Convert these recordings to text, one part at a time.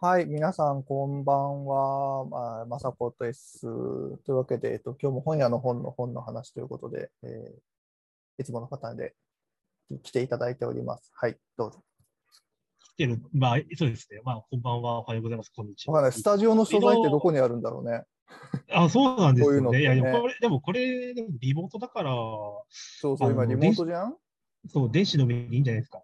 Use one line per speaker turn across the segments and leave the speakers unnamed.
はい、皆さん、こんばんは。まあ、まさこです。というわけで、えっと、今日も本屋の本の本の話ということで、えーいつものパターンで来ていただいております。はい、どうぞ。
来てる、まあ、そうですね。まあ、こんばんは、おはようございます、こんにち
わかん
は。
ないスタジオの所在ってどこにあるんだろうね。
あ、そうなんですよ
こう
ね。
いうのってね
いや、でもこれ、でもこれ、でもリモートだから、
そうそう、
あ
今、
の
リモートじゃん
そう、電子の上にいいんじゃないですか。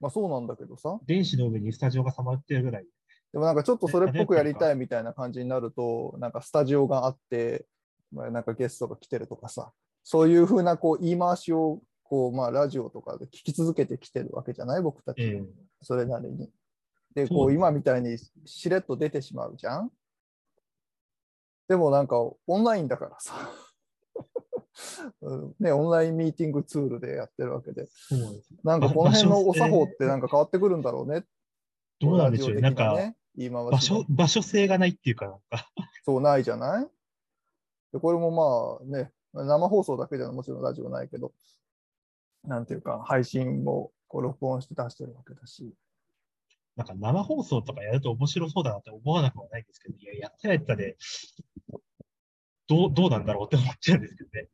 まあ、そうなんだけどさ。
電子の上にスタジオが溜まってるぐらい。
でもなんかちょっとそれっぽくやりたいみたいな感じになると、 なんかスタジオがあって、まあ、なんかゲストが来てるとかさ、そういうふうなこう言い回しをこう、まあ、ラジオとかで聞き続けてきてるわけじゃない、僕たち、
ええ
それなりに。で、
そ
こう
うなんです
今みたいにしれっと出てしまうじゃんでもなんかオンラインだからさ、 うんね、オンラインミーティングツールでやってるわけで、
そうなんです。
なんかこの辺のお作法って
場所
なんか変わってくるんだろうね
どうなんでしょうね。
ラジオ
なん
的
か、
ね言い回しの
場所、場所性がないっていうか、なんか、
そうないじゃないでこれもまあね、生放送だけじゃもちろんラジオないけど、なんていうか、配信もこう録音して出してるわけだし、
なんか生放送とかやると面白そうだなって思わなくはないんですけど、いや、やったらやったで、どう、どうなんだろうって思っちゃうんですけどね。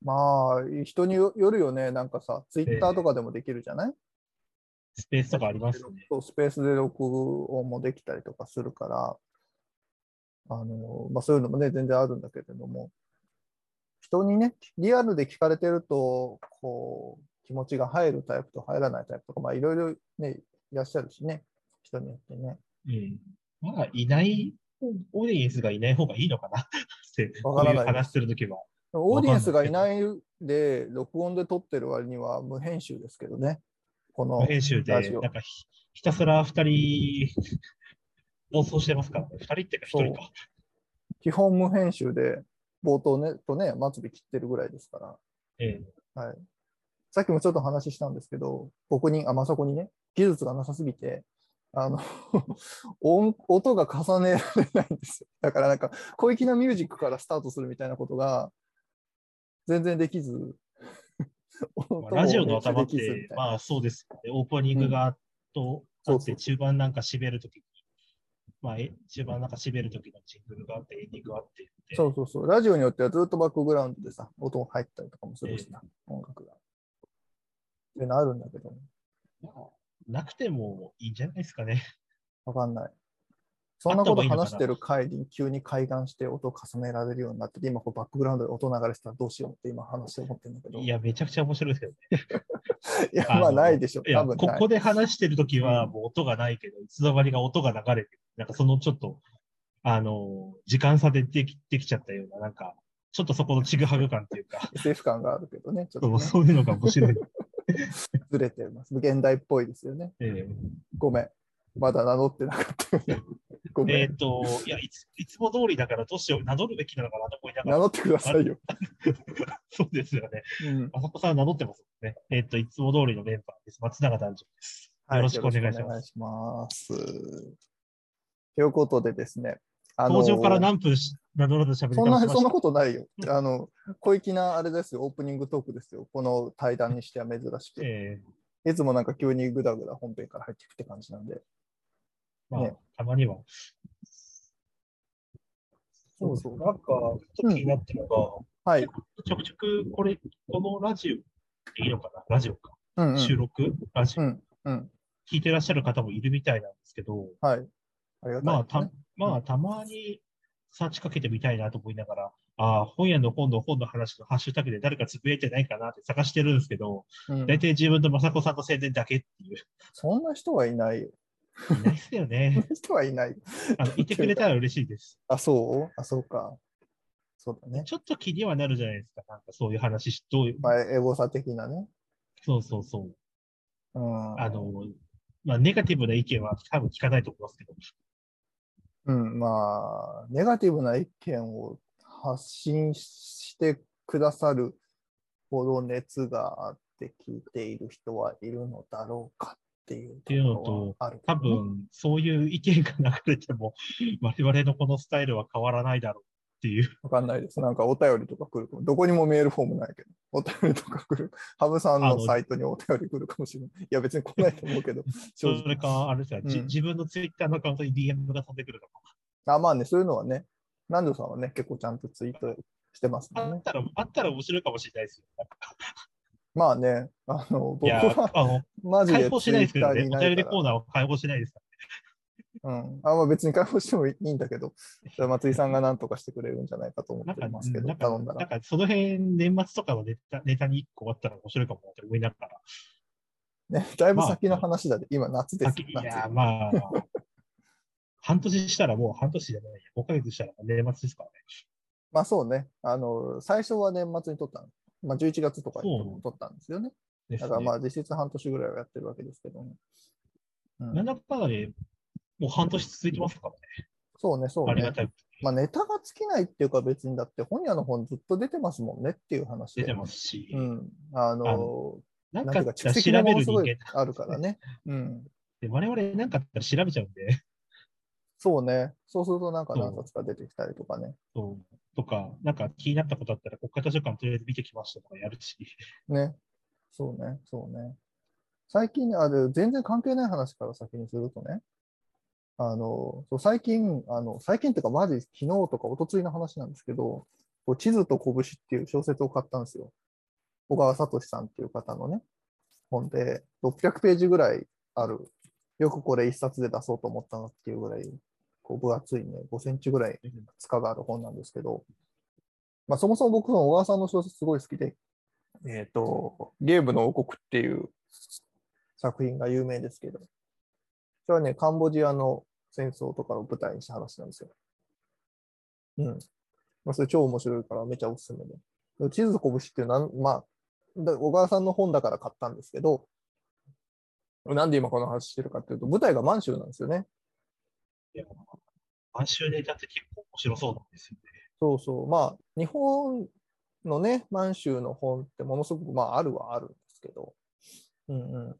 まあ、人によよるよね、なんかさ、ツイッターとかでもできるじゃない、
スペースとかありますね。
そうスペースで録音もできたりとかするから、あのまあ、そういうのもね、全然あるんだけれども、人にね、リアルで聞かれてると、こう、気持ちが入るタイプと入らないタイプとか、まあ、いろいろね、いらっしゃるしね、人によってね。
うんまだいない、オーディエンスがいない方がいいのかな って、こ
わから
うい
な
う
い
話するときは。
でもオーディエンスがいないで、録音で撮ってる割には無編集ですけどね、この
編集で、
ラジ
な
オ
んかひひたすら二人、放送してますからね。二人っていうか一人か。
基本無編集で、冒頭ねとね、末尾切ってるぐらいですから。
ええ
はい。さっきもちょっと話したんですけど、僕に、あ、まさこにね、技術がなさすぎて、あの、 音、音が重ねられないんですよ。だからなんか、小粋なミュージックからスタートするみたいなことが、全然できず、 音
ま
を
あラジオの頭っ
できずみ
て
たい、な
まあそうですよね。オープニングがあっとあ
そう
っ
そ
て、
う
中盤なんか締めるときに、まあえ中盤なんか締めるときのジングルがあって、エンディングがあってって
そうそうそう。ラジオによってはずっとバックグラウンドでさ、音が入ったりとかもするしな、音楽が。っていうのあるんだけど、
まあなくてもいいんじゃないですかね。
わかんない。そんなこと
あった方がいいのかな
話してる回に急に開眼して音を重ねられるようになってて、今こうバックグラウンドで音流れてたらどうしようって今話して思ってるんだけど。
いや、めちゃくちゃ面白いですけどね。
いや、
あの
まあないでしょ。
いや、
多
こ
分ない。
こで話してるときは、
うん
もう音がないけど、いつの間にか音が流れてる、なんかそのちょっと、あの、時間差でできできちゃったような、なんか、ちょっとそこのちぐはぐ感っていうか、
SF 感があるけどね、ちょっ
そ
と
う
ね
そういうのが面 白い。
ずれてます。現代っぽいですよね。
え
ごめん。まだ名乗ってなかったよ ね。ご
ー
めん。
えっと、いやいつ、いつも通りだから、どうしよう、名乗るべきなのかなと思いなが
名
ら、
乗ってくださいよ。
そうですよね。
うん
あさこさん名乗ってますもんね。えっ、と、いつも通りのメンバーです。松永男女です。
はい
よろしくお願いします
します。ということでですね、あ
登場から何分し名乗らず喋り
そんな
倒しま
そ
し
ん
た
なことないよ。あの、小粋なあれですよ、オープニングトークですよ。この対談にしては珍しく。
えー
いつもなんか急にぐだぐだ本編から入っていくって感じなんで。
まあ、
ね
たまには。
そうそう
なんか、ちょっと気になってるのが、
はい。
ちょくちょくこれ、このラジオ、いいのかなラジオか。
うん、う
収
ん。
録ラジオ、
うん。うん。
聞いてらっしゃる方もいるみたいなんですけど、
はい。ありがたい、ね。
まあ、た、まあ、たまに、サーチかけてみたいなと思いながら、ああ、本屋の本の本の話のハッシュタグで誰かつぶやいてないかなって探してるんですけど、
うん
大体自分と雅子さんの宣伝だけって いう、
そんな人はいないよ。
いないですよね
そん。な人はいない。
あの、いてくれたら嬉しいです。
あ、そうあ、そうか。そうだね。
ちょっと気にはなるじゃないですか。なんかそういう話し、どういう、
まあ、エゴサ的なね。
そうそうそう。
うん。
あの、まあ、ネガティブな意見は多分聞かないと思いますけど、
うん、まあ、ネガティブな意見を発信してくださるほど熱があって聞いている人はいるのだろうかっていうところはあるけ
多
どね、
分、そういう意見が流れても、我々のこのスタイルは変わらないだろっていう。
わかんないです。なんかお便りとか来るかも。どこにもメールフォームないけど、お便りとか来る。ハブさん
あ
の
の
サイトにお便り来るかもしれない。いや、別に来ないと思うけど、
そ
正直。
れか、あれですよ、じ
うん
自分のツイッターのアカウントに DM が飛んでくるとか。
あまあね、そういうのはね、南條さんはね、結構ちゃんとツイートしてますもん
あ
ね
っ。たら、あったら面白いかもしれないですよ。なんか
まあね、あの、
い
僕
や
は、
あの、
マジ
解
で
放
ツ
し
イ
ないですけ
ッタ
ど
ー
ね、
にい
お
ない
便
か
り
ら
コー。ナーは解放しないですか
うん、あまあ別に解放してもいいんだけど、それは松井さんが何とかしてくれるんじゃないかと思
ら。
って
なんか、
ますけど、
なん
頼んだ
か、なん
ら。
かその辺、年末とかのネタネタに一個あったら面白いかもなって思いながら。
ね、だいぶ
まあ
先の話だで、今夏です
先い
よ、
や、
夏。
まあ、 半年したらもう半年じゃないや、5ヶ月したらもう年末ですからね。
まあそうね、あの、最初は年末に撮ったの。まあ11月とかに撮ったんですよね。
です
だ
ね
からまあ実質半年ぐらいはやってるわけですけどね。うん
なんだかんだで、もう半年続いてますからね。
そうね、そう
あり
ね
が。たい。
まあネタが尽きないっていうか別にだって本屋の本ずっと出てますもんねっていう話で。
出てますし、
うん。あ
あ
の、
なん
なん
か
ていうか
あった
蓄積が
ら調べ
も
る
のす
人
ご
間
いあるからね。うん。
で我々なんかあったら調べちゃうんで、
そうね。そうするとなんか何
そ
冊か出てきたりとかね。
そうとか、なんか気になったことあったら、国家図書館とりあえず見てきましたとかやるし、
ね。そうね。そうね。最近ね、あれ、全然関係ない話から先にするとね。あの、そう最近、あの、最近っていうかマジ昨日とか一昨日の話なんですけど、こう地図と拳っていう小説を買ったんですよ。小川聡さんっていう方のね、本で、600ページぐらいある。よくこれ一冊で出そうと思ったなっていうぐらい、こう分厚いね、5センチぐらい塚がある本なんですけど、まあ、そもそも僕、小川さんの小説すごい好きで、えっ、と、ゲームの王国っていう作品が有名ですけど、それはね、カンボジアの戦争とかを舞台にした話なんですよ。うん。まあ、それ超面白いからめちゃおすすめで。地図と拳っていうなん、まあ、だ小川さんの本だから買ったんですけど、なんで今この話してるかっていうと、舞台が満州なんですよね。
でも満州ネタって結構面白そうなんですよね。
そうそう。まあ、日本のね、満州の本ってものすごく、まあ、あるはあるんですけど。うんうん。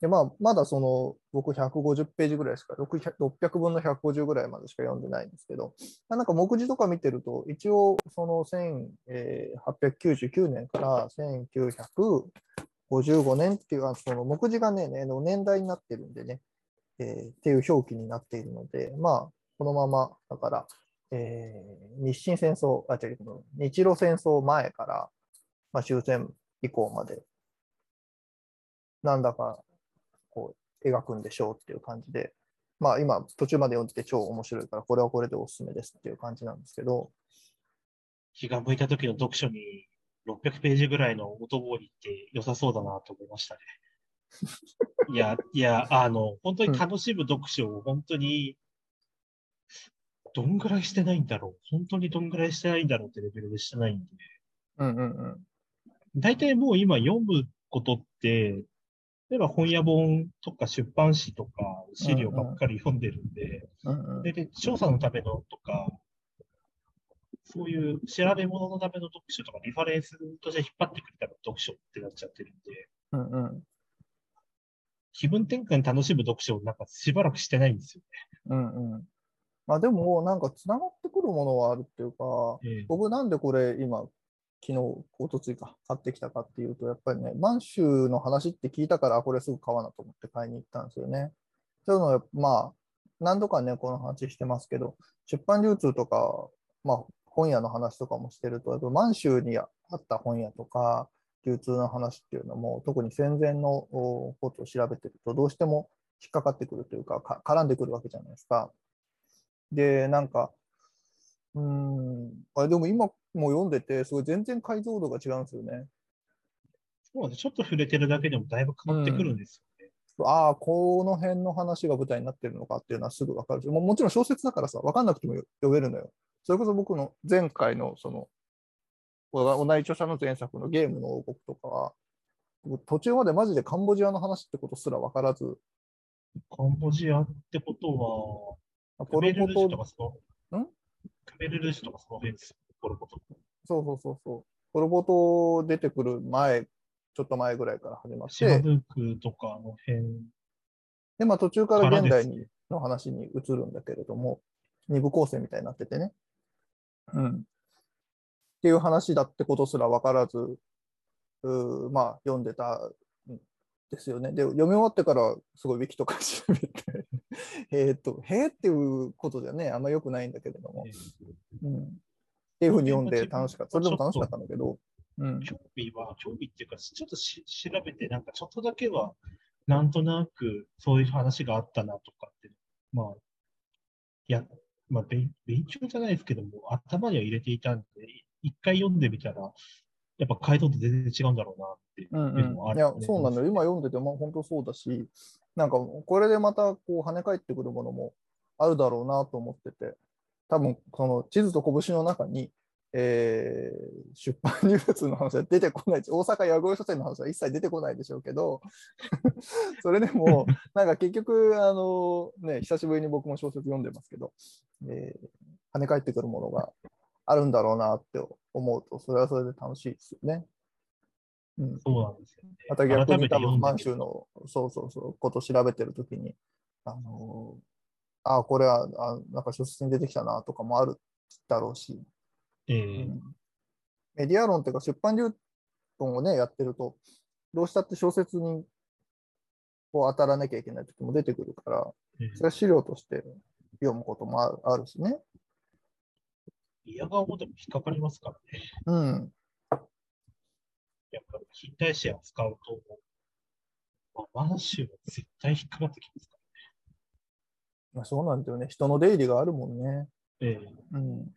で、まあ、まだその、僕150ページぐらいしか、600 600分の150ぐらいまでしか読んでないんですけど、まあ、なんか目次とか見てると、一応、その1899年から1955年っていう、あその目次がね、ねの年代になってるんでね、えーっていう表記になっているので、まあ、このまま、だから、えー日清戦争、あ、違う、日露戦争前から、まあ、終戦以降まで、なんだか、こう、描くんでしょうっていう感じで、まあ、今、途中まで読んでて超面白いから、これはこれでおすすめですっていう感じなんですけど、
気が向いた時の読書に、600ページぐらいの元通りって良さそうだなと思いましたね。いや、いや、あの、本当に楽しむ読書を本当に、どんぐらいしてないんだろう本当にどんぐらいしてないんだろうってレベルでしてないんで。
うんうんうん。
大体もう今読むことって、例えば本屋本とか出版誌とか資料ばっかり読んでるんで、
うんうん
でで調査のためのとか、そういう調べ物のための読書とか、リファレンスとして引っ張ってくれたら読書ってなっちゃってるんで、
うんうん
気分転換に楽しむ読書をなんかしばらくしてないんですよ
うんうん。まあ、でも、なんか、つながってくるものはあるっていうか、
ね。え
僕なんでこれ今、昨日、おとついか、買ってきたかっていうと、やっぱりね、満州の話って聞いたから、あこれすぐ買わなと思って買いに行ったんですよね。そういうのは、まあ、何度かね、この話してますけど、出版流通とか、まあ、本屋の話とかもしてると、やっぱ満州にあった本屋とか、流通の話っていうのも、特に戦前のおことを調べてると、どうしても引っかかってくるというかか、絡んでくるわけじゃないですか。で、なんか、うーん、あれでも今も読んでて、すごい全然解像度が違うんですよね。
そうなんですちょっと触れてるだけでもだいぶ変わってくるんですよね。
ああ、この辺の話が舞台になってるのかっていうのはすぐわかるし、もうもちろん小説だからさ、わかんなくても読めるのよ。それこそ僕の前回の、その、お同じ著者の前作のゲームの王国とかは、途中までマジでカンボジアの話ってことすらわからず、
カンボジアってことは、
ポ
クベ
ル
ル
ポ
ルーシュと
ト、
かその、
ん
クベルルーシュとかその辺ですよ。ポルポト
そうそうそうそう、ポルポト出てくる前、ちょっと前ぐらいから始まっ
シマ
て、
ブークとかの辺
で、まあ途中か
からら
現
で
代
す
にの話に移るんだけれども、二部構成みたいになっててね。うん。っていう話だってことすら分からず、うーまあ、読んでたんですよね。で、読み終わってから、すごいウィキとか調べて、 えーっと、へーっていうことじゃね、あんま良くないんだけれども、うん。っていうふうに読んで楽しかった。それでも楽しかったんだけど、うん。
興味は、興味っていうか、ちょっとし調べて、なんかちょっとだけは、なんとなくそういう話があったなとかって、まあ、いや、まあ、勉勉強じゃないですけども、頭には入れていたんで、一回読んでみたら、やっぱ回答って全然違うんだろうなっていう
うん
のも
う
あ
ん、い
るよ
や
ね、
そうなのよ。今読んでても本当そうだし、なんかこれでまたこう跳ね返ってくるものもあるだろうなと思ってて、多分この地図と拳の中に、えー出版流通の話は出てこないし、大阪八越書店の話は一切出てこないでしょうけど、 それでも、なんか結局、あのね、久しぶりに僕も小説読んでますけど、えー跳ね返ってくるものがあるんだろうなって思うと、それはそれで楽しいですよね。うん、
そうなんですよね。
また逆
改
に
めて
多
読
分
んで
満
みる
州のそうそうそうこと調べてるときに、あのーあこれはあなんか小説に出てきたなとかもあるだろうし、う
ええ
んメディア論っていうか出版流論をねやってるとどうしたって小説にこう当たらなきゃいけない時も出てくるから
ええ
それは資料として読むこともあるあるしね。
嫌顔でも引っかかりますからね。
うん
やっぱり近代史を使うと、まあ、満州は絶対引っかかってきますか
まあ、そうなんだよね人の出入りがあるもんね。
ら。ええ
うん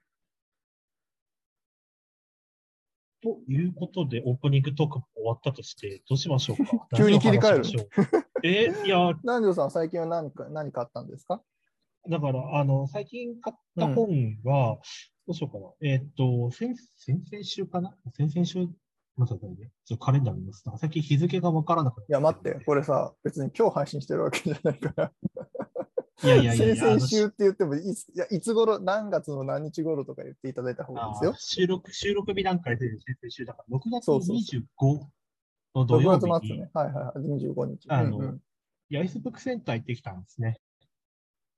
ということで、オープニングトークも終わったとして、どうしましょうか
急に切り替える
何を話しましょうえいや、
南條さん最近は何か何かあったんですか
だから、あの、最近買った本は、どうしようかな。えーっと、先、先々週かな先々週、待ってくださいね。ちょっとカレンダー見ます。なんか最近日付がわからなくなて
いや、待って、これさ、別に今日配信してるわけじゃないから、
いやいやいや
先
いや、あの
々週って言ってもいつ、いや、いつ頃、何月の何日頃とか言っていただいた方がいいです
あ
よ。
収録、収録日なんかで出てる先々週だから、6月
そうそう
25の土曜日
6
に、
月末ね。はいはいはい、25日。
あの
うんうん
ヤイスブックセンター行ってきたんですね。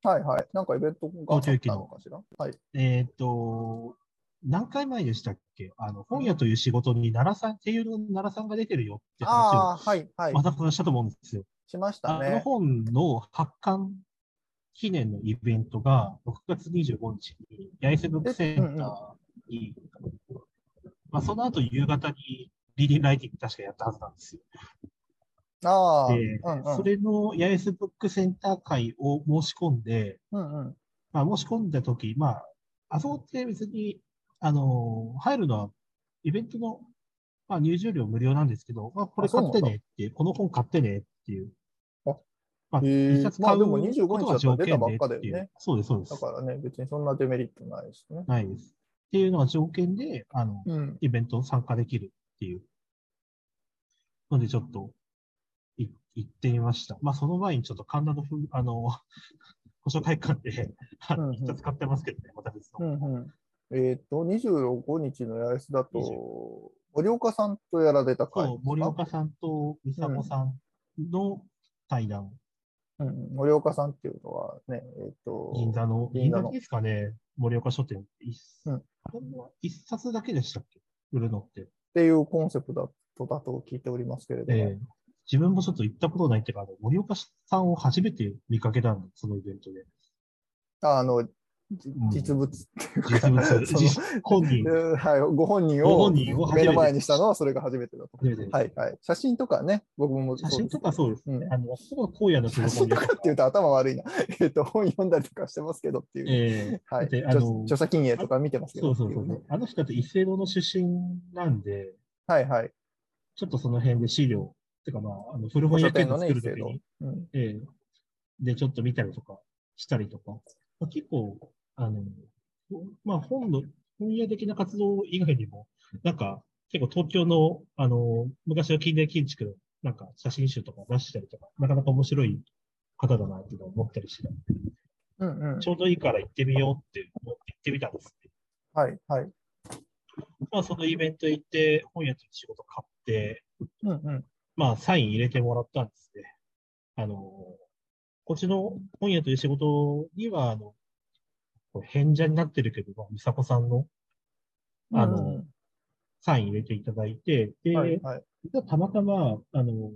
はいはい。なんかイベントがあったのかしら。はい。
えーっと、何回前でしたっけあの、本屋という仕事に奈良さん、声優の奈良さんが出てるよって話を、
ああ、はいはい
ま。たこれしたと思うんですよ。
しました
あの
ね。
本の発刊記念のイベントが6月25日に、八重洲ブックセンターに、まあ、その後夕方にリリーライティング確かやったはずなんですよ。
ああ、
で、
うんうん
それの八重洲ブックセンター会を申し込んで、
うんうん。
まあ、申し込んだとき、まあ、あそこって別に、あのー入るのは、イベントの、まあ、入場料無料なんですけど、まあ、これ
あそう
買
なんだ
ってねっていう、この本買ってねっていう。
あ
まあ、
へー
一冊
まあ
買
で
う
も25
ことが条件
日
で
だったら出たばっかだ
ってい
よね
う。そうです、そうで
だ
す
か。らね、別にそんなデメリットないですね。
ないです。っていうのが条件で、あの、
うん。
イベント参加できるっていう。ので、ちょっと、い行ってみました。まあ、その前にちょっと神田のふ、あの、 ご紹介館で、あ
うんう
の
ん
一冊買ってますけどね、また別の。
うんうん、えっ、と、25日の八重洲だと、森岡さんとやられた
そ
回です
う
か、
森岡さんと美佐子さんの対談、
うんうん、森岡さんっていうのはね、えっ、と、
銀座の、
銀
銀
座
座
の
ですかね、森岡書店。一
うん
あれは一冊だけでしたっけ売るのって。
っていうコンセプトだだと聞いておりますけれども、
ええ自分もちょっと行ったことないっていうか、あの森岡さんを初めて見かけたの、そのイベントで。
あの、じ
うん
実物っていうか、
実物、
その
実本人。
えー はい、ご本人
ご
を
本人を初
目
めて
の前にしたのはそれが初めてだと。
初めてです
はいはい。写真とかね、僕も
写真と
か、
かそうです。
うん
あの、ほぼ荒野の
写真とかっていうと頭悪いな。 えっと、本読んだりとかしてますけどっていう。
ええ
はい、
で
著
あの
著作金営とか見てますけ
そ
ど
う
ってい
そう
ね。
そうそう。あの人って伊勢堂の出身なんで、
はいはい。
ちょっとその辺で資料、てかまあ、あの古本
書
屋
店
券
の
を
ね、
作
一斉
るとき
の
に、。
うん
ええで、ちょっと見たりとかしたりとか、まあ、結構、あの、まあ、本の、本屋的な活動以外にも、なんか、結構東京の、あの、昔の近代建築の、なんか写真集とか出したりとか、なかなか面白い方だなっていうのを思ったりしてたんで、
うんうん
ち。ょうどいいから行ってみようって思って行ってみたんですね。
はいはい。
まあ、そのイベント行って、本屋という仕事買って、
うんうん。
まあ、サイン入れてもらったんですね。あの、こっちの本屋という仕事には、あの、これ変者になってるけど、まあ、美佐子さんのあの、サイン入れていただいて、
う
で、
ん、はい、はい。
実はたまたま、あの、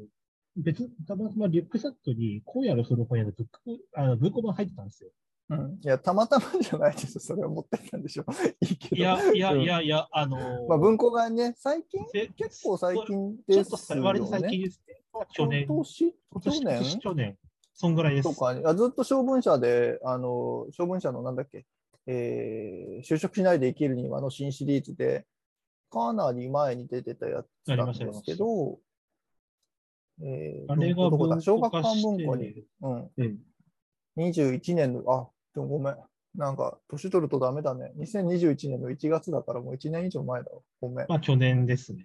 別、たまたまリュックサックに、荒野のその本屋のブック、あの文庫版入ってたんですよ。
うん、いや、たまたまじゃないです。それは持ってったんでしょ。 いいけど。
いや、いや、
うん
いや、いや、あの、
まあ、文庫がね、最近、
せ
結構最近
ちょ
で
っ
す
と
よ、ね。
割と最近ですね。去年
今年、
今
去
年、今年、
年
去年、そんぐらいです。
とかにあずっと小文社で、あの、小文社のなんだっけ、えー就職しないで生きるにはの新シリーズで、かなり前に出てたやつなんですけど、えー
あれが
どこだ小
文庫
学
化
館
し
文
て
庫に、うん、
うん
21年の、あ、でもごめん。なんか、年取るとダメだね。2021年の1月だからもう1年以上前だわ。ごめん。
まあ去年ですね。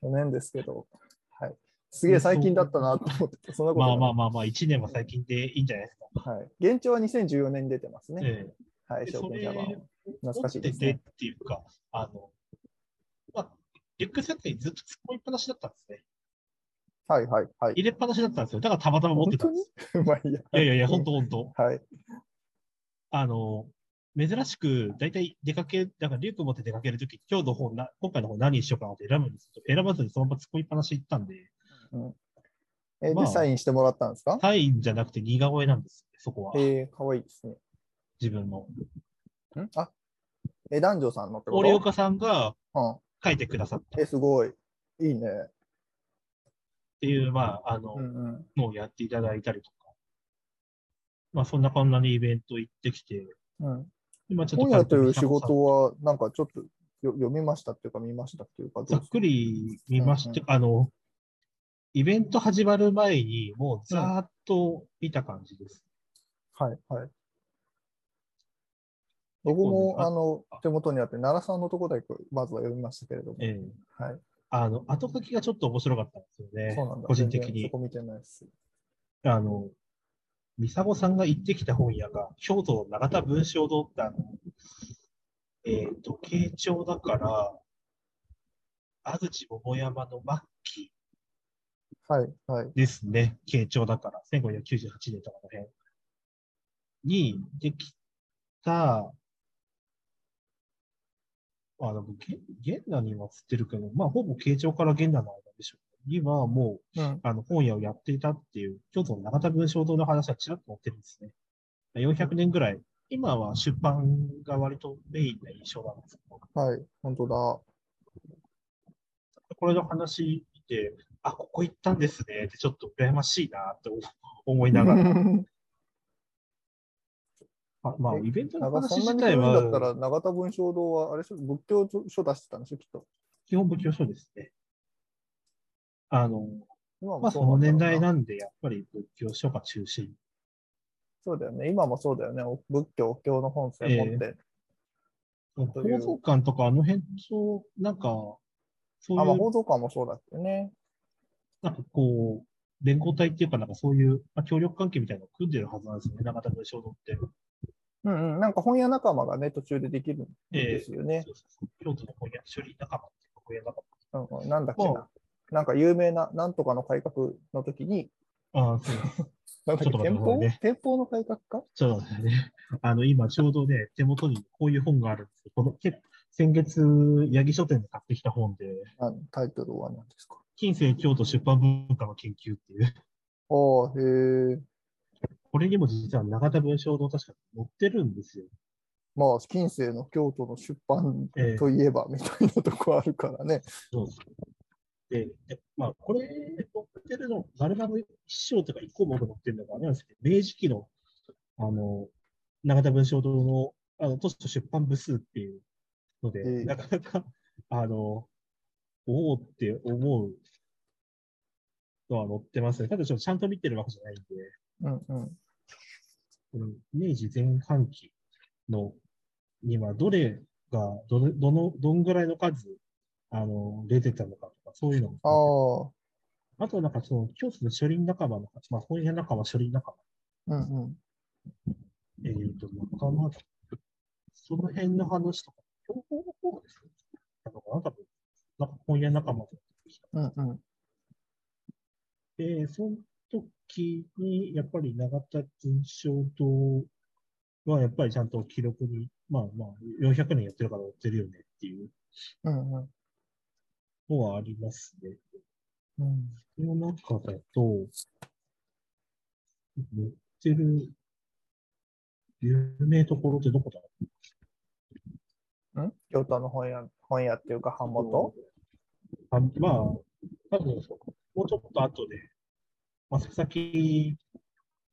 去年ですけど。はい。すげえ最近だったなと思ってて、そんなこと
ま
な
あ
い
まあまあまあ、1年は最近でいいんじゃないですか。
はい。現状は2014年に出てますね。
え
は
え
い、
で
証
そ
券
れ
者版。懐かしい
持
で
っ
す
ててっ
ね。
ていうか、あの、まあ、リュックサックにずっと突っ込みっぱなしだったんですね。
はいはいはい。
入れっぱなしだったんですよ。だからたまたま持ってたんです。
まあいいや。
いやいやいや、本当本当。
はい。
あの、珍しく、だいたい出かけ、だからリュック持って出かけるとき、今日の本な、今回の本何にしようかなって選ぶんですけど、選ばずにそのまま突っ込みっぱなし行ったんで、
え
まあ
で、サインしてもらったんですか
サインじゃなくて似顔絵なんです、そこは。
えー、かわいいですね。
自分の。
んあえ、男女さんのってこ
折
と
岡さんが
う
書いてくださったっ
ん。え、すごい。いいね。
ていう、まあ、あの、
うんうん。
のをやっていただいたりとか。まあ、そんなこんなにイベント行ってきて、
うん、
今ちょっと。
本屋という仕事は、なんかちょっとよ読みましたっていうか、見ましたっていうか、どう
ざっくり見まして、
う
あの、イベント始まる前に、もうざーっと見た感じです。
はいはい。僕も
結構ねあ
あの手元にあって、奈良さんのとこだけまずは読みましたけれども、
ええ
はい、
あの、後書きがちょっと面白かったんですよね。
そうなんだ、
個人的
全然そ
に。
こ見てないです。
あの、ミサゴさんが行ってきた本屋が、京都の永田文章堂って、あの、えっ、と、慶長だから、安土桃山の末期
はいはい。
ですね、慶長だから、1598年とかの辺にできた、あ、でも、げ現代には映ってるけど、まあ、ほぼ慶長から現代の間でしょう。にはもう、
うん、
あの、本屋をやっていたっていう、京都の永田文章堂の話はちらっと載ってるんですね。400年ぐらい。今は出版が割とメインな印象なんですけど、
はい、本当だ。
これの話見て、あ、ここ行ったんですねって、ちょっと羨ましいなって思思いながら。あまあ、
え
イベン ト
な
の
んか
話
そんな
自
に
体
古いんだったら、
は、
永田文章堂は、あれでしょ、仏教書出してたんでしょ、きっと。
基本仏教書ですね。あの、
今
ま
も
あ、
そ
そう
な
の
んだろ
年
う
代なんで、やっぱり仏教書が中心。
そうだよね、今もそうだよね、お仏教、お経の本専門って。
報
という
道館とか、あの辺と、なんか、そう
あ、まあ、
いう、
報道館もそうだっけね。
なんかこう、連合体っていうか、なんかそういう、まあ、協力関係みたいなのを組んでるはずなんですよね、長田文章堂って。
うんうん、なんか本屋仲間がね、途中でできるんですよね。
そうそうそう京都の翻訳処理仲間っていうか、翻訳仲
うんうんなんだっけ
ま
な。なんか有名な、なんとかの改革の時に、
間。ああ、そうです。
なんだっけ、
ち
憲
ょっと待ってください
法
ね
憲法の改革か
そうなんですよね。あの、今ちょうどね、手元にこういう本があるんですけど、このけ先月、八木書店で買ってきた本で、
あのタイトルは何ですか
近世京都出版文化の研究っていう、
ああ、へえ。
これにも実は永田文章堂確か載ってるんですよ。
まあ、近世の京都の出版
ええ
といえばみたいなとこあるからね。
そうでで、まあ、これ載ってるの、丸々の一章とか一項目載ってるのがあれなんですけど、明治期の、あの、永田文章堂の、あの、都市と出版部数っていうので、
ええ
なかなか、あの、おおって思うのは載ってますね。ただちょっとちゃんと見てるわけじゃないんで、
うんうん。
この明治前半期の、にはどれが、どれ、どの、どんぐらいの数、あの、出てたのかとか、そういうのも
ああ、
あとはなんかその、京都の書林仲間の、まあ、本屋仲間、書林仲
うんうん。
間、えっ、と、仲間、その辺の話とか、情報の方がですね、なのかな、多分、なんか本屋仲間とか出てきた
うんうん。
で、その時に、やっぱり永田文章堂はやっぱりちゃんと記録に、まあまあ、400年やってるから追ってるよねっていう
うんうん。
のはありますね。
うん、
その中だと、乗ってる、有名ところってどこだ
ん京都の本屋、本屋っていうか、版元
あまあ、多分そうもうちょっと後で、まあ、佐々木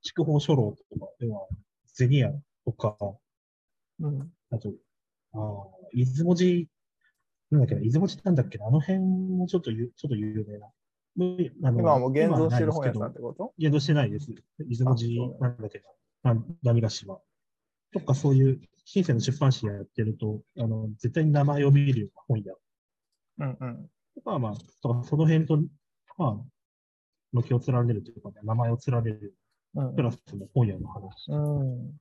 筑豊書楼とかでは、ゼニアとか、
うん。
あと、ああ、出雲寺、なんだっけな、出雲寺なんだっけな、あの辺もちょっとゆ、ちょっと有名な。今
今はもう現存してる本屋さん
ん
っ。てこと
現存してないです。出雲寺なんだっけな、な波ヶ島。とかそういう、新生の出版社やってると、あの、絶対に名前を見るような本屋
うんうん。
まあまあ、とかその辺と、まあ、軒を連ねるというか、ね、名前を連ねる、
うん
プラスの本屋の話、
うん。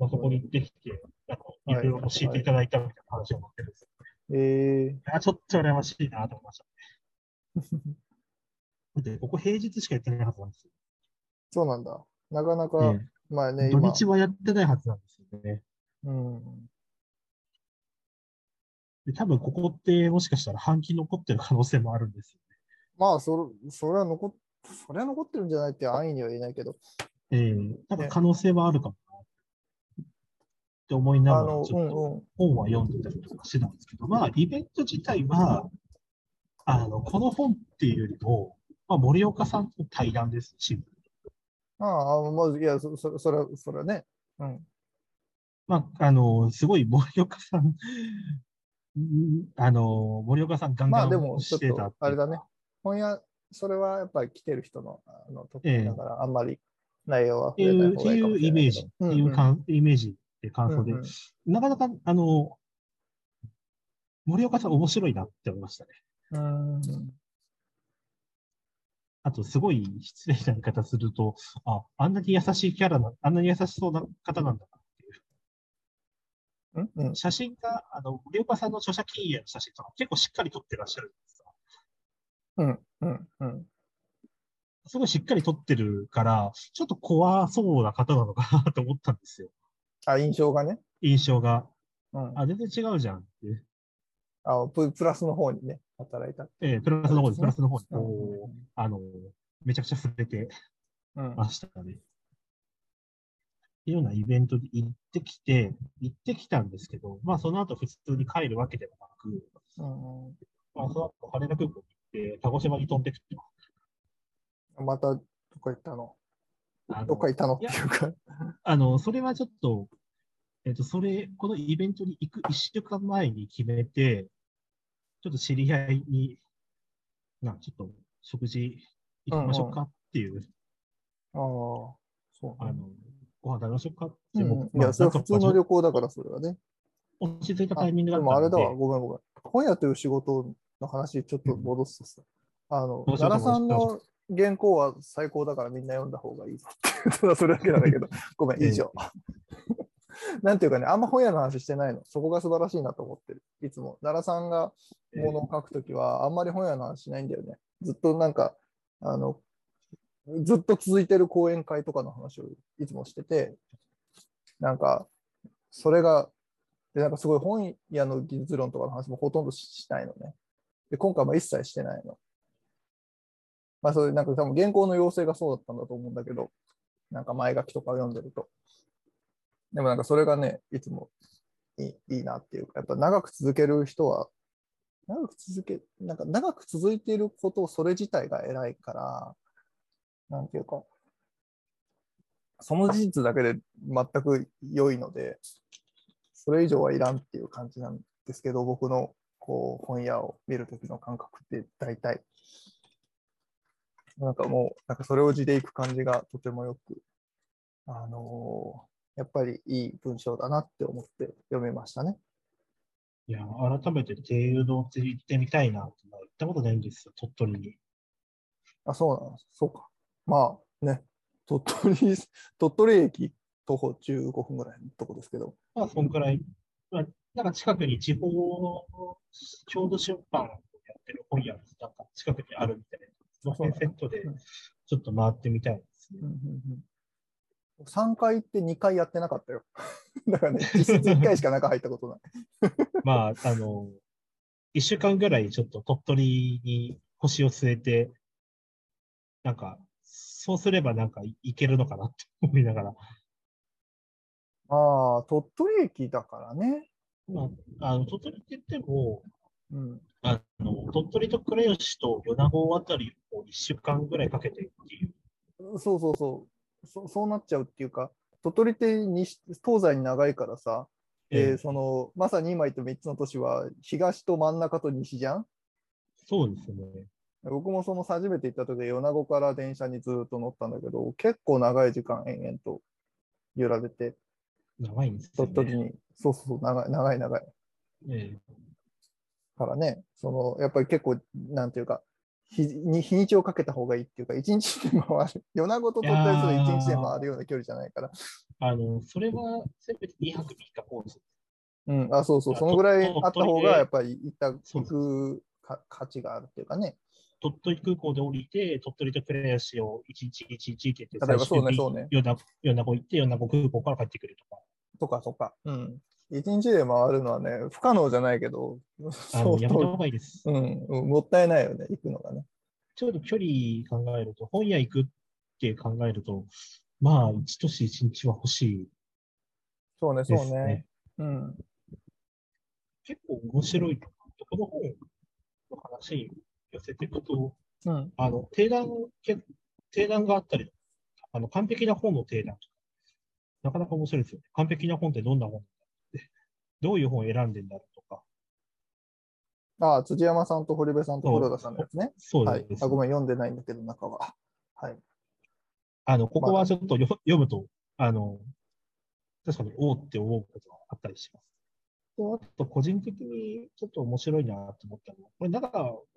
まあ、そこに行ってきて、あのいろいろ教えていただいたみたいな話を持ってるんです。
え
あちょっと羨ましいなと思いました。
ー、
だって、ここ平日しかやってないはずなんですよ。
そうなんだ。なかなか、
ね
まあね、
土
今。
日はやってないはずなんですよね。
うん。
で多分ここって、もしかしたら半期残ってる可能性もあるんです
まあ、そ、それは残っ、それは残ってるんじゃないって安易には言えないけど、
よ、ね。ええ多分可能性はあるかもな。って思いな
あ
がら、ちょ
の
っ、と
うんうん。
本は読んでたりとかしてたんですけど、まあ、イベント自体は、あの、この本っていうよりも、まあ、森岡さんとの対談です、シンプルに
ああ、あまず、いや、そ、そそれは、それはね。うん。
まあ、あの、すごい森岡さん、うんあの、森岡さんガン
ま
ガ
あ、で
ン
も、ちょ
し
って
たって
と
い、う
あれだね。本屋、それはやっぱり来てる人の、あの、特
え
に
え
だから、あんまり内容は
っ
触
て
れない
いう、っ
方
て
がいいかも
いう
しれない
イメー
け
ジ、
ど。
っていう
うんうん
感イメージって感想で、
うんうん
なかなか、あの、森岡さん面白いなって思いましたね。
うん
あと、すごい失礼な言い方すると、あ、あんなに優しいキャラな、あんなに優しそうな方なんだなっていう。
うんうん
写真が、あの、森岡さんの著者金融の写真とか結構しっかり撮ってらっしゃるんですよ
うんうんうん
すごいしっかり撮ってるから、ちょっと怖そうな方なのかなと思ったんですよ。
あ、印象がね。
印象が。
うん。
あ、全然違うじゃんって。
あププラスの方にね、働いた。
えープラスの方に、プラスの方に、
うん
こう、あの、めちゃくちゃ触れて
うん
ましたね。っていうようなイベントで行ってきて、行ってきたんですけど、まあその後普通に帰るわけでもなく、
うんう
まあその後羽田空港に行って、鹿児島に飛んできて、
んまた、どっか行ったの
あの
どっか行ったのっていうか。
あの、それはちょっと、えっと、それ、このイベントに行く1週間前に決めて、ちょっと知り合いに、な、ちょっと食事行きましょうかっていう、
ああ、そう
あ
ね
の、ご飯食べましょうかって、
うん
僕
うん。いや、それは普通の旅行だから、それはね。
落ち着いた
あ
タイミングだっ
でも
た
あれ
ん
だ
で、
わ、ごめんごめん。本屋という仕事の話、ちょっと戻すとさ、あの、
どうしよう
奈良さんの原稿は最高だからみんな読んだ方がいいぞって。 ただそれだけなんだけど、ごめん、
ええ
以上。 なんていうかね、あんま本屋の話してないの。そこが素晴らしいなと思ってる。いつも。奈良さんがものを書くときは、あんまり本屋の話しないんだよね。ずっとなんか、あの、ずっと続いてる講演会とかの話をいつもしてて、なんか、それが、で、なんかすごい本屋の技術論とかの話もほとんどししないのね。で、今回も一切してないの。まあ、それなんか多分原稿の要請がそうだったんだと思うんだけど、なんか前書きとかを読んでると。でもなんかそれがね、いつもいいいいなっていうか、やっぱ長く続ける人は、長く続け、なんか長く続いていることをそれ自体が偉いから、なんていうか、その事実だけで全く良いので、それ以上はいらんっていう感じなんですけど、僕のこう本屋を見るときの感覚って大体、なんかもう、なんかそれを地でいく感じがとてもよく、あのーやっぱりいい文章だなって思って読めましたね。
いや、改めて低油堂って行ってみたいなって、行ったことないんですよ、鳥取に。
あ、そうなの、そうか。まあね、鳥取、 鳥取駅徒歩15分ぐらいのとこですけど、
まあ、そんくらい。まあ、なんか近くに地方の郷土出版をやってる本屋がなんか近くにあるみたいな、その辺セットでちょっと回ってみたいですね。
うんうんうん3回行って2回やってなかったよ。 だからね、実質1回しか中入ったことない。
まあ、あの、一週間ぐらいちょっと鳥取に腰を据えて、なんか、そうすればなんかいいけるのかなって思いながら、
ああ、鳥取駅だからね。
まあ、あの、鳥取って言っても、
うん。
あの、鳥取と倉吉と米子あたりを一週間ぐらいかけてっていう、
そうそうそう。そそうなっちゃうっていうか、鳥取って西東西に長いからさ、で、
ええ
その、まさに今言った3つの都市は、東と真ん中と西じゃん
そうですね。
僕もその初めて行った時は米子から電車にずっと乗ったんだけど、結構長い時間延々と揺られて、
長いんですよ
鳥取
ね。
に、そうそうそう、長い、長い長い。
ええ
からね、その、やっぱり結構、なんていうか、日に日にちをかけた方がいいっていうか、一日で回る。米子と鳥取する一日で回るような距離じゃないから。
あの、それはせめて2泊3日コース。
うん、あ、そうそう、
あ
そのぐらい
鳥
あった方
鳥取
が、
で
やっぱり行った、
そう
行くか価値があるっていうかね。
鳥取空港で降りて、鳥取と倉吉を1日1日って言って、
例えばそうね、
最
そ
終
うね。
的に米子米子行って、米子空港から帰ってくるとか。
とかとか。うん。一日で回るのはね、不可能じゃないけど、
あ
そ
の
う
やめた
そう
方がいいです。
うん、うんもったいないよね、行くのがね。
ちょうど距離考えると、本屋行くって考えると、まあ、一都市一日は欲し
そうね、
いで
そう
すね。
ね。うん。
結構面白いとこの本の話に寄せていくと、
うん。
あの、定談、け定談があったりとか、あの、完璧な本の定談とか、なかなか面白いですよね。完璧な本ってどんな本なんだって、どういう本を選んでんだろうとか、
ああ、辻山さんと堀部さんと黒田さんのやつね。
そう
はい
で。す、
あ、ごめん、読んでないんだけど、中は。はい。
あの、ここ
まあ
はちょっとよ読むと、あの、確かに、おーって思うことがあったりします。であと、個人的にちょっと面白いなと思ったのは、これ中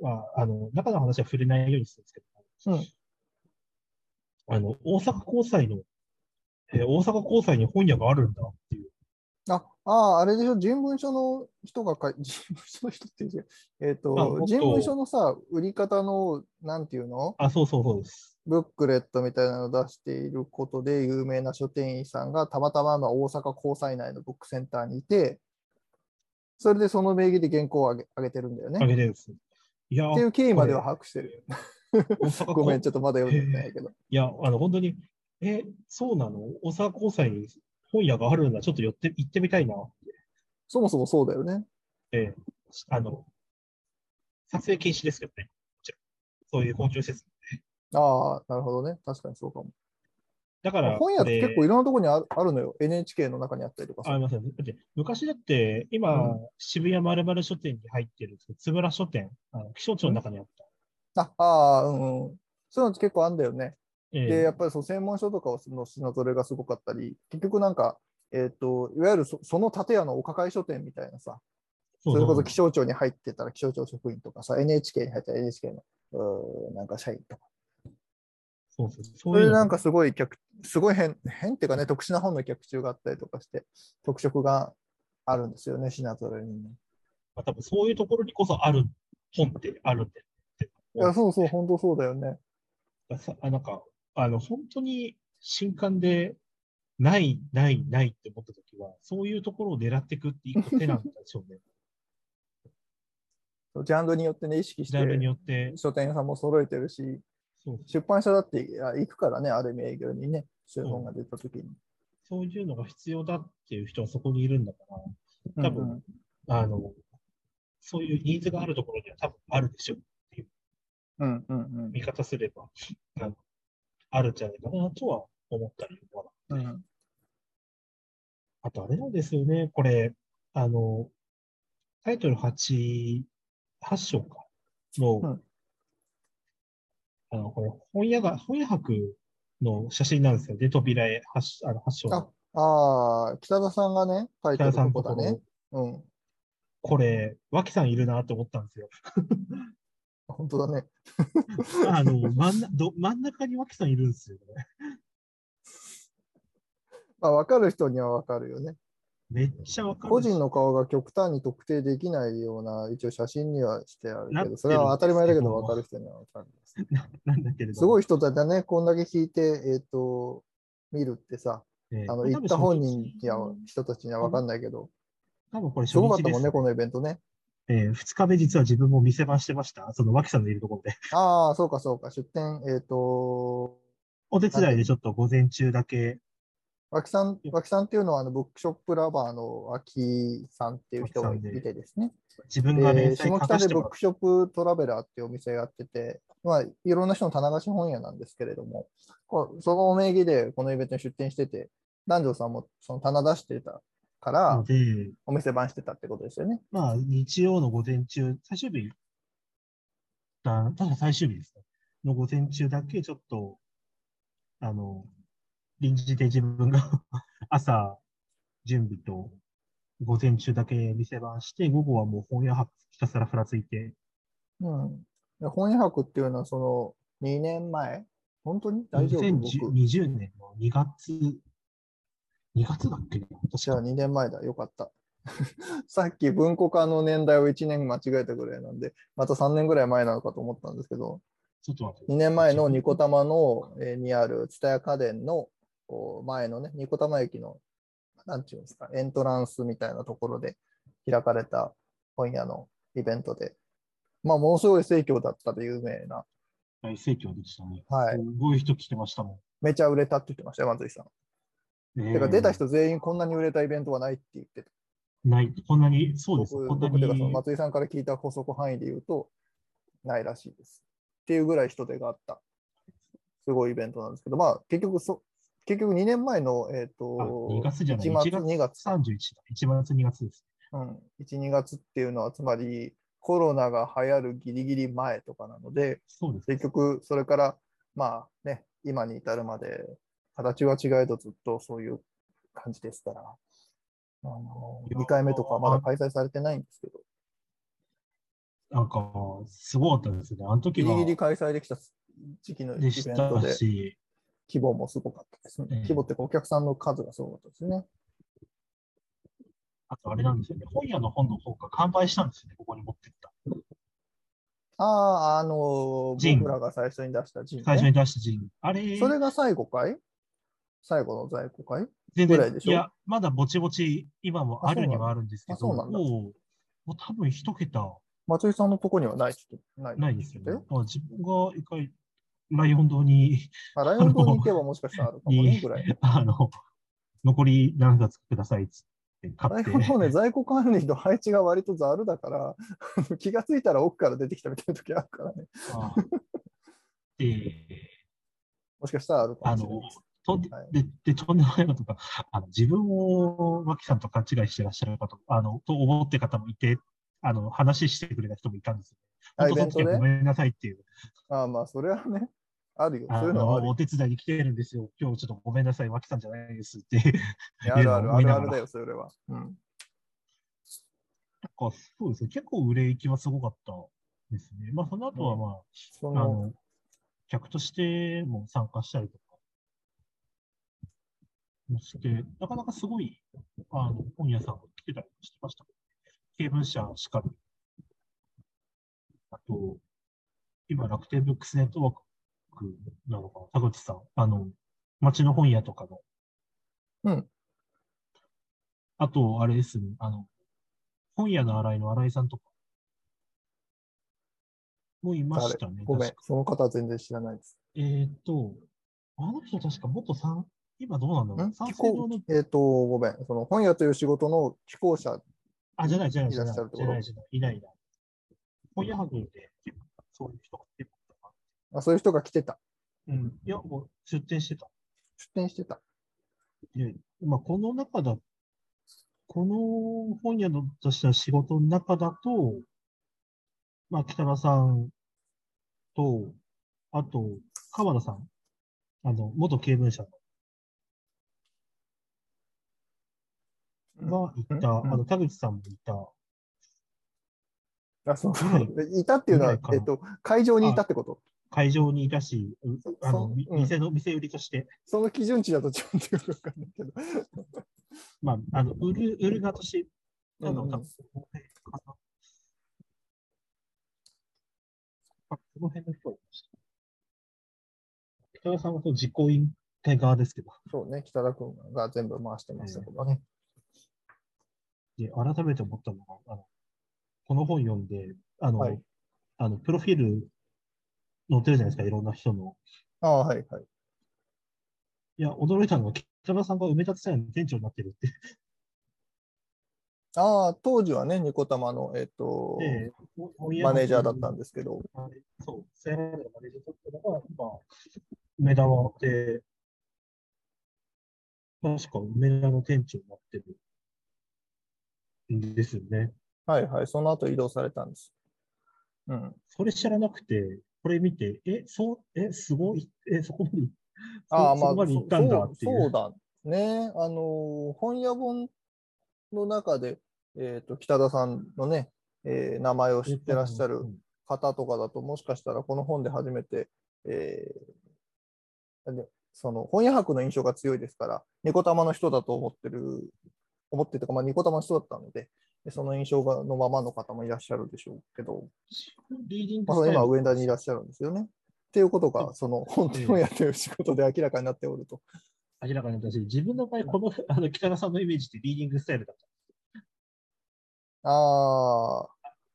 は、あの、中の話は触れないようにするんですけど、
うん
あの、大阪高裁の、えー大阪高裁に本屋があるんだっていう、
あ、ああ、あれでしょ、人文書の人が書い、 人文書の人って言うえっ、
あ
と
も、っと
人文書のさ、売り方の、なんていうの
あ、そうそうそうです。
ブックレットみたいなのを出していることで有名な書店員さんがたまたままあ大阪高裁内のブックセンターにいて、それでその名義で原稿をあげ上げてるんだよ
あ
ね。
げてるんです。いやー、
っていう経緯までは把握してる。
大阪高
ごめん、ちょっとまだ読んでないけど。
いや、あの、本当に、え、そうなの大阪高裁に本屋があるんだ、ちょっと寄って、行ってみたいな。
そもそもそうだよね。
ええあの、撮影禁止ですけどね。こちらそういう公共施設。
ああ、なるほどね。確かにそうかも。
だから、
本屋って結構い
い
ろんなところにあるあるのよ。NHK の中にあったりとか
あ
さ。
りますよね。だって、昔だって、今、
う
渋谷まるまる書店に入ってるんですけど、つぶら書店、あの気象庁の中にあった。
ああー、うんうん。そういうのって結構あるんだよね。
え
で、
え
やっぱりそう専門書とかをの品ぞれがすごかったり、結局なんか、えっ、と、いわゆるそその建屋のお抱え書店みたいなさ、それこそ気象庁に入ってたら気象庁職員とかさ、NHK に入ったら NHK の、うーなんか社員とか。
そうそうそう。
そ
そう
れ
いう
で
の
なんかすごい客、すごい変、変っていうかね、特殊な本の客中があったりとかして、特色があるんですよね、品ぞれにね。
まあ、多分そういうところにこそある、本ってあるんで。
いや、そうそう、本当そうだよね。
ださあなんか、あの、本当に新刊で、ない、ない、ないって思ったときは、そういうところを狙っていくって一個手なんでし ょうね。
ジャンルによってね、意識し
ジャンルに
て、
よって。
書店さんも揃えてるし、
そう
出版社だっていや行くからね、ある意味営業にね、そういう本が出た時に。
そういうのが必要だっていう人はそこにいるんだか多分
うんうん
ら、あの、そういうニーズがあるところには多分あるでしょう。
うんうん
見方すれば、あのあるんじゃないかなとは思ったりは。
うんうん。
あとあれなんですよね、これ、あの、タイトル8、8章か、の、
うん
あの、これ、本屋が、本屋博の写真なんですよ。で、扉へ8、あの8章
あ、ああ、北田さんがね、書いて
北
ると
田さん
こ
の
だ
とこ
ね
ろ。
うん。
これ、脇さんいるなと思ったんですよ。
本当だね。
あの、真ん中、ど真ん中に脇さんいるんですよね。
まあ、わかる人にはわかるよね。
めっちゃわかるし。
個人の顔が極端に特定できないような、一応写真にはしてあるけど、それは当たり前だけど、わかる人にはわかるですね。
なんだけれども。
すごい人だね、こんだけ引いて、えっ、と、見るってさ、
ええ
あの、
多分
行った本人
初日
や人たちには分かんないけど、
多分これ
す
初
ごかっ
日
た
で
も
す、
んね、このイベントね。
ええ二日目実は自分も店番してました。その脇さんのいるところで。
ああ、そうかそうか、出店、えっ、と、
お手伝いでちょっと午前中だけ、
脇さん、脇さんっていうのは、あの、ブックショップラバーの脇さんっていう人がい
脇さん
てですね。
自分が
で
連載書
下
か
北
せ
で
て
ブッ
もらっ
クショップトラベラーっていうお店やってて、まあ、いろんな人の棚橋本屋なんですけれども、こうその名義でこのイベントに出店してて、南條さんもその棚出してたか
たの
ら、
で、
お店番してたってことですよね。
まあ、日曜の午前中、最終日、あ確か最終日ですね。の午前中だけ、ちょっと、あの、臨時で自分が 朝、準備と、午前中だけ店番して、午後はもう本屋はひたすらふらついて、
うん。で本屋博っていうのは、その2年前本当に大丈夫僕。
2020年の2月、2月だっけな確
じゃあ
か
2年前だ。よかった。 さっき文庫化の年代を1年間違えたぐらいなんで、また3年ぐらい前なのかと思ったんですけど、
ちょっと待って。
2年前のニコタマの、えーにある蔦屋家電のこう前のね、ニコタマ駅の、なんていうんですか、エントランスみたいなところで開かれた本屋のイベントで、まあ、ものすごい盛況だったで有名な、
大盛況でしたね。
はい
す、ごい人来てましたも
めちゃ売れたって言ってましたよ、松井さん。
ん。
てか、出た
え
人全員こんなに売れたイベントはないって言ってた。
ーない、こんなに、そうです。
僕、
こんな
僕てかその
に。
松井さんから聞いた補足範囲で言うと、ないらしいです。っていうぐらい人手があった、すごいイベントなんですけど、まあ、結局そ、結局2年前の、えっ、
あ
と、
2月じゃない、
1
1
月、
月
2月、
31だ。1月、2月です。
うん、1、2月っていうのは、つまりコロナが流行るギリギリ前とかなので、
そうです。
結局、それから、まあね、今に至るまで、形は違えどずっとそういう感じですから、あの
いや
2回目とかはまだ開催されてないんですけど、
なんか、すごかったですね。あの時
ギ
は
リギリ開催できた時期のイベ
で
ン
し
ト
た
で、
し、
規模もすごかったですね
ええ。
規模っていうかお客さんの数がすごかったですね。
あとあれなんですよね。本屋の本の方が完売したんですよね。ここに持ってった。
ああ、あの
ジン
僕らが最初に出したジン、ね。
最初に出したジーン。あれ、
それが最後かい最後の在庫かい
全
ぐらいでしょ
いや、まだぼちぼち、今もあるにはあるんですけ
あそ
ど、
うなんだあそうなんだ
もう、もう多分一桁
松井さんのとこにはないない
ないですよね。
だ
だ
よ
から自分が一回、ライオン堂に、
あライオン堂に行けばもしかしたらあるかもね、ぐらい。
あの、残り何冊くださいっつって買
ラ
っ
イ
て
オン。堂ね、在庫管理の配置が割とざるだから、 気がついたら奥から出てきたみたいな時あるからね。
あで、
もしかしたらあるか
あ
もしれな
の
いです。、
とんで
はい
ででとんでもないことが、あの自分を脇さんと勘違いしてらっしゃる方あのと思ってる方もいて、あの話してくれた人もいたんですよ。
あ
本当そ
イベ
の時
ント
は
で
ごめんなさいっていう、
ああまあ、それはね、あるよ。
あ
そういうのはある
のお
よ。
手伝いに来てるんですよ。今日ちょっとごめんなさい、脇さんじゃないですって。結
いやあるある、
思
あ
い
る
な
あ
がら
るだよ、それは。うん。
構そうですね、結構売れ行きはすごかったですね。まあ、その後はまあ、
そ
あ
の、
の、客としても参加したりとかもして、なかなかすごい、あの、本屋さんが来てたりもしてました。経文社しかり、あと、今、楽天ブックスネットワークなのかな、田口さん、あの、町の本屋とかの。
うん。
あと、あれですね、あの、本屋の新井の新井さんとか、もいましたね。
ごめ
確
ん
か、
その方は全然知らないです。
えーっと、あの人確か元三、今どうなんだろ
ん
う三
気
省堂
候
の、
えっ、と、ごめん、その本屋という仕事の寄稿者
あ、じゃないじゃない
い
じ
ら
ゃ
っしゃ
ない
るってこと
じゃないじゃない、いないな。本屋博で結構そういう人が結構いた
あ、そういう人が来てた。
なうん。いや、もう出店してた。
出店してた。
で、まあこの中だ、この本屋のとしての仕事の中だと、まあ北田さんと、あと川田さん、あの、元経文社のがいた、
うん
あの、田口さんもいた、
あ、そうそ
ぐ
う。いたっていうのは
ぐらいか、な
えっと、会場にいたってこと。
会場にいたし、う
そ
あの、
う
み
うん
店の、店売りとして、
その基準値だとちょっとよくわかんないけど。
まあ、あの、売る、売る側として、あの、
うん
多分その辺かな。あ、その辺の人はいました。北川さんはそう実行委員会側ですけど、
そうね、北田君が全部回してましたけどね。
で、改めて思ったのが、あの、この本読んで、あの、
はい
あの、プロフィール載ってるじゃないですか、いろんな人の。
ああ、はいはい。
いや、驚いたのは、北田さんが埋め立て社の店長になってるって。
ああ、当時はね、ニコタマの、えっ、と、
で
マネージャーだったん
で。
ですけど、
そう、セーラーのマネージャーだったのが、今、梅田はで、確か梅田の店長になってるんですよね。
はいはい、その後移動されたんです。うん。
それ知らなくて、これ見て、え、そう、え、すごい、え、そこまで、
ああ、
そ
まあ、
そこまで行ったんだってい
そうそう
う。
だね。あのー、本屋本の中で、えっ、と、北田さんのね、えー名前を知ってらっしゃる
うん
方とかだと、もしかしたらこの本で初めて、えーでその本屋博の印象が強いですから、ニコ玉の人だと思ってる、思っててか、まあ、ニコ玉の人だったので、でその印象がのままの方もいらっしゃるでしょうけど、
リーディング
ま
ス
さ
タイ
に
ル
今、上田にいらっしゃるんですよね。っていうことが、その本店をやってる仕事で明らかになっておると。
明らかになったし、自分の場合、この、 あの、北田さんのイメージってリーディングスタイルだった。
あ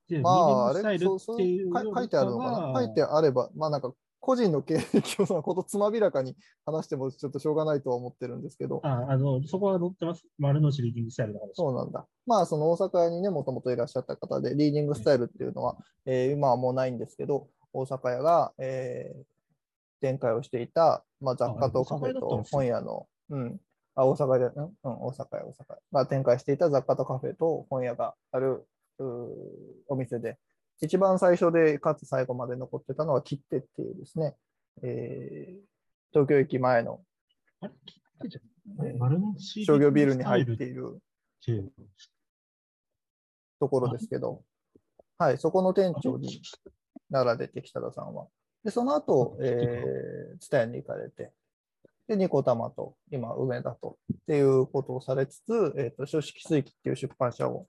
で
あ、まあ、あ
リーディン
れ、
グ
そう
ス
そ
タイル
う
っていうより
か
は
書いてあるのかな書いてあれば、まあなんか、 個人の経歴をそのことつまびらかに話してもちょっとしょうがないとは思ってるんですけど、
あ、あの、そこは載ってます。丸の内リーディングスタイルの話。
そうなんだ。まあ、その大阪にね、もともといらっしゃった方で、リーディングスタイルっていうのは、えー今はもうないんですけど、大阪屋が、えー展開をしていた、まあ、雑貨とカフ
あ
ェ
大阪屋だったん
と
ですね
本屋の、うん、あ、大阪で、うん、うん大阪屋、大阪屋が展開していた雑貨とカフェと本屋がある、うーお店で、一番最初で、かつ最後まで残ってたのは、切手っていうですね、えー東京駅前の、
あれ、切ってじゃん。
えー
丸の内
商業ビルに入って
る。
いる
いう
ところですけど、はい、そこの店
あ
長になられて、北田さんは。で、その後、
あ
えー、蔦屋に行かれて、で、ニコ玉と、今、梅田と、っていうことをされつつ、えっ、と、書式水記っていう出版社を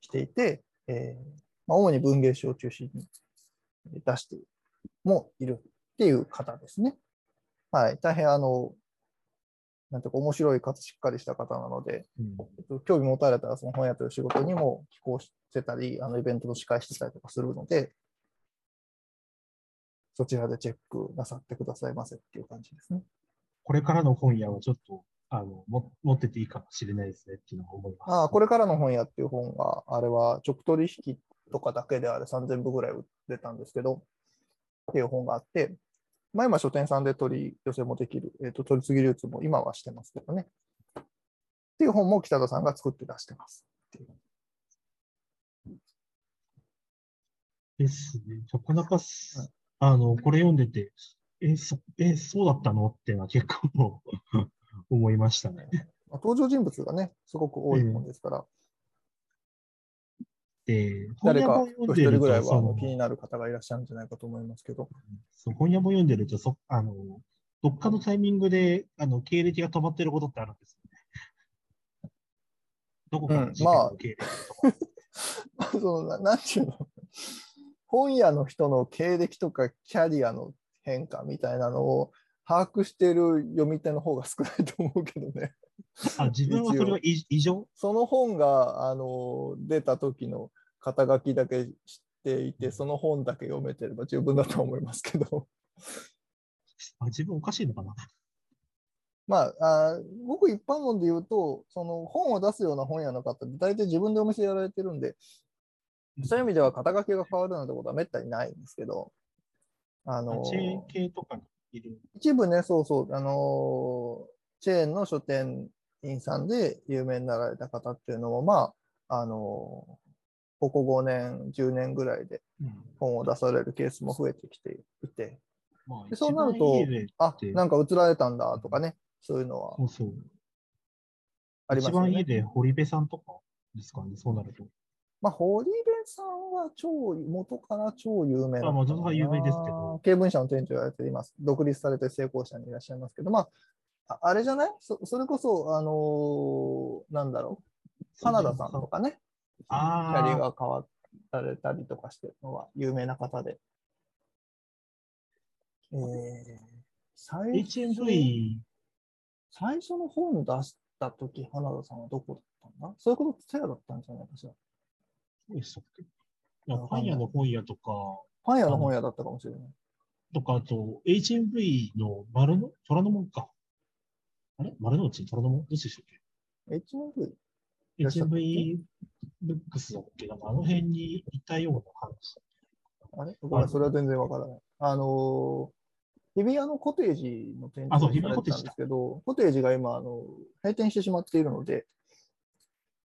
していて、えーまあ、主に文芸誌を中心に出してもいるっていう方ですね。はい、大変、あの、なんていうか、面白いかつしっかりした方なので、
うん
えっと興味持たれたら、その本屋という仕事にも寄稿してたり、あのイベントの司会してたりとかするので、そちらでチェックなさってくださいませっていう感じですね。
これからの本屋はちょっと、あの、も持ってていいかもしれないですねっていうのは思います。
ああ、これからの本屋っていう本は、あれは直取引とかだけであれ3000部ぐらい売れたんですけど、っていう本があって、まあ今書店さんで取り寄せもできる、えっと取り次ぎ流通も今はしてますけどね。っていう本も北田さんが作って出してます。
ですね。なかなかす、あの、これ読んでて、え、そ、え、そうだったのっていうのは結構思いましたね。
まあ登場人物がね、すごく多い本ですから、
で、
誰か
本
お
屋
一
本読んで
人
る
ぐらい
と、
はあ
そ
の
の
気になる方がいらっしゃるんじゃないかと思いますけど、
そう本屋本読んでると、そ、あの、どっかのタイミングで、あの、経歴が止まってることってあるんですよね。 どこかの時点の経歴が止まってる
そのななんていうの、本屋の人の経歴とかキャリアの変化みたいなのを把握している読み手の方が少ないと思うけどね、
あ、自分はそれは異異常
その本があの出た時の肩書きだけ知っていて、その本だけ読めてれば十分だと思いますけど。
あ、自分おかしいのかな
まあ、あーごく一般論で言うと、その本を出すような本屋の方って、大体自分でお店やられてるんで、そういう意味では肩書きが変わるなんてことはめったにないんですけど、あの
チェーン系とかにいる。
一部ね、そうそう、あのチェーンの書店員さんで有名になられた方っていうのも、まあ、あのここ5年、10年ぐらいで本を出されるケースも増えてきていて、
ま
で
あ、
そうなると
一番いい例
あ、なんか映られたんだとかね、そういうのは
そうそう。
あります
一
よ
番い
ね
い。例、堀部さんとかですかね、そうなると。
まあ、堀部さんは超、元から超有名な
あまあ元から有名ですけど。
経文社の店長やられています。独立されて成功者にいらっしゃいますけど、まあ、ああれじゃないそそれこそ、あのーなんだろう、花田さんとかね、キャリア
ああ、
が変わられたりとかしてるのは有名な方で。えー、最近
HMV
最初の本出したとき、花田さんはどこだったんだそういうこと、セラだったんじゃないかしら。
そうでしたっけいやパン屋の本屋とか、
パン屋の本屋だったかもしれない。
とか、あと、HMV の丸の、虎ノ門か。あれ丸の内虎ノ門どっちでしたっけ
HMV? いらっしゃったっけ
HMV ブックスだっけなんかあの辺にいたような話。
あれごめん、それは全然わからない。あのー、日比谷のコテージの展示
あそう
をされてたんですけど、コテージが今、あの、閉店してしまっているので、で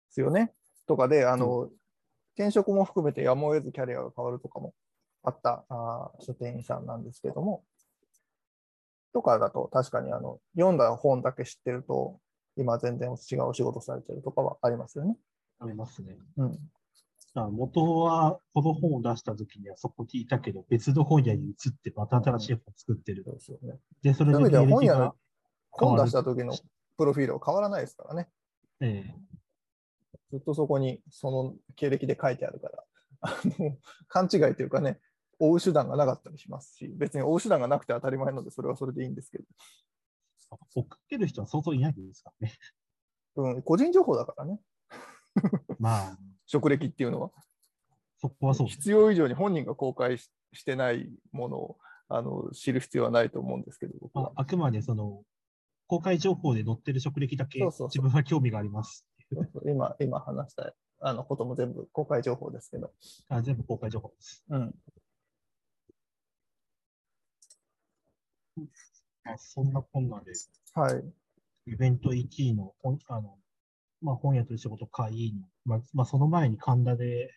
すよね。とかで、あの、転職も含めてやむを得ずキャリアが変わるとかもあったあー書店員さんなんですけども、とかだと確かにあの、読んだ本だけ知ってると、今全然違うお仕事されてるとかはありますよね。
ありますね。
うん。
あ元は、この本を出した時にはそこにいたけど、別の本屋に移って、また新しい本作ってる
そ。うですよね。
で、それ
そういう意味では
経
本
歴
屋
が
の、本出した時のプロフィールは変わらないですからね。
ええ
ずっとそこにその経歴で書いてあるから、あの勘違いというかね、追う手段がなかったりしますし、別に追う手段がなくて当たり前なので、それはそれでいいんですけど、
送ってる人は相当いないですからね。
うん、個人情報だからね、
まあ、
職歴っていうのは。
そこはそうです。
必要以上に本人が公開ししてないものをあの知る必要はないと思うんですけど、僕
ま
は。
あ、あくまでその、公開情報で載ってる職歴だけ、
そうそうそう
自分は興味がありますっていう。
今、今話したあのことも全部公開情報ですけど。
あ全部公開情報です。
うん、
まあ、そんなこんなで、
はい。
イベント1位の本あの、まあ、本屋という仕事会員の、まあまあ、その前に神田で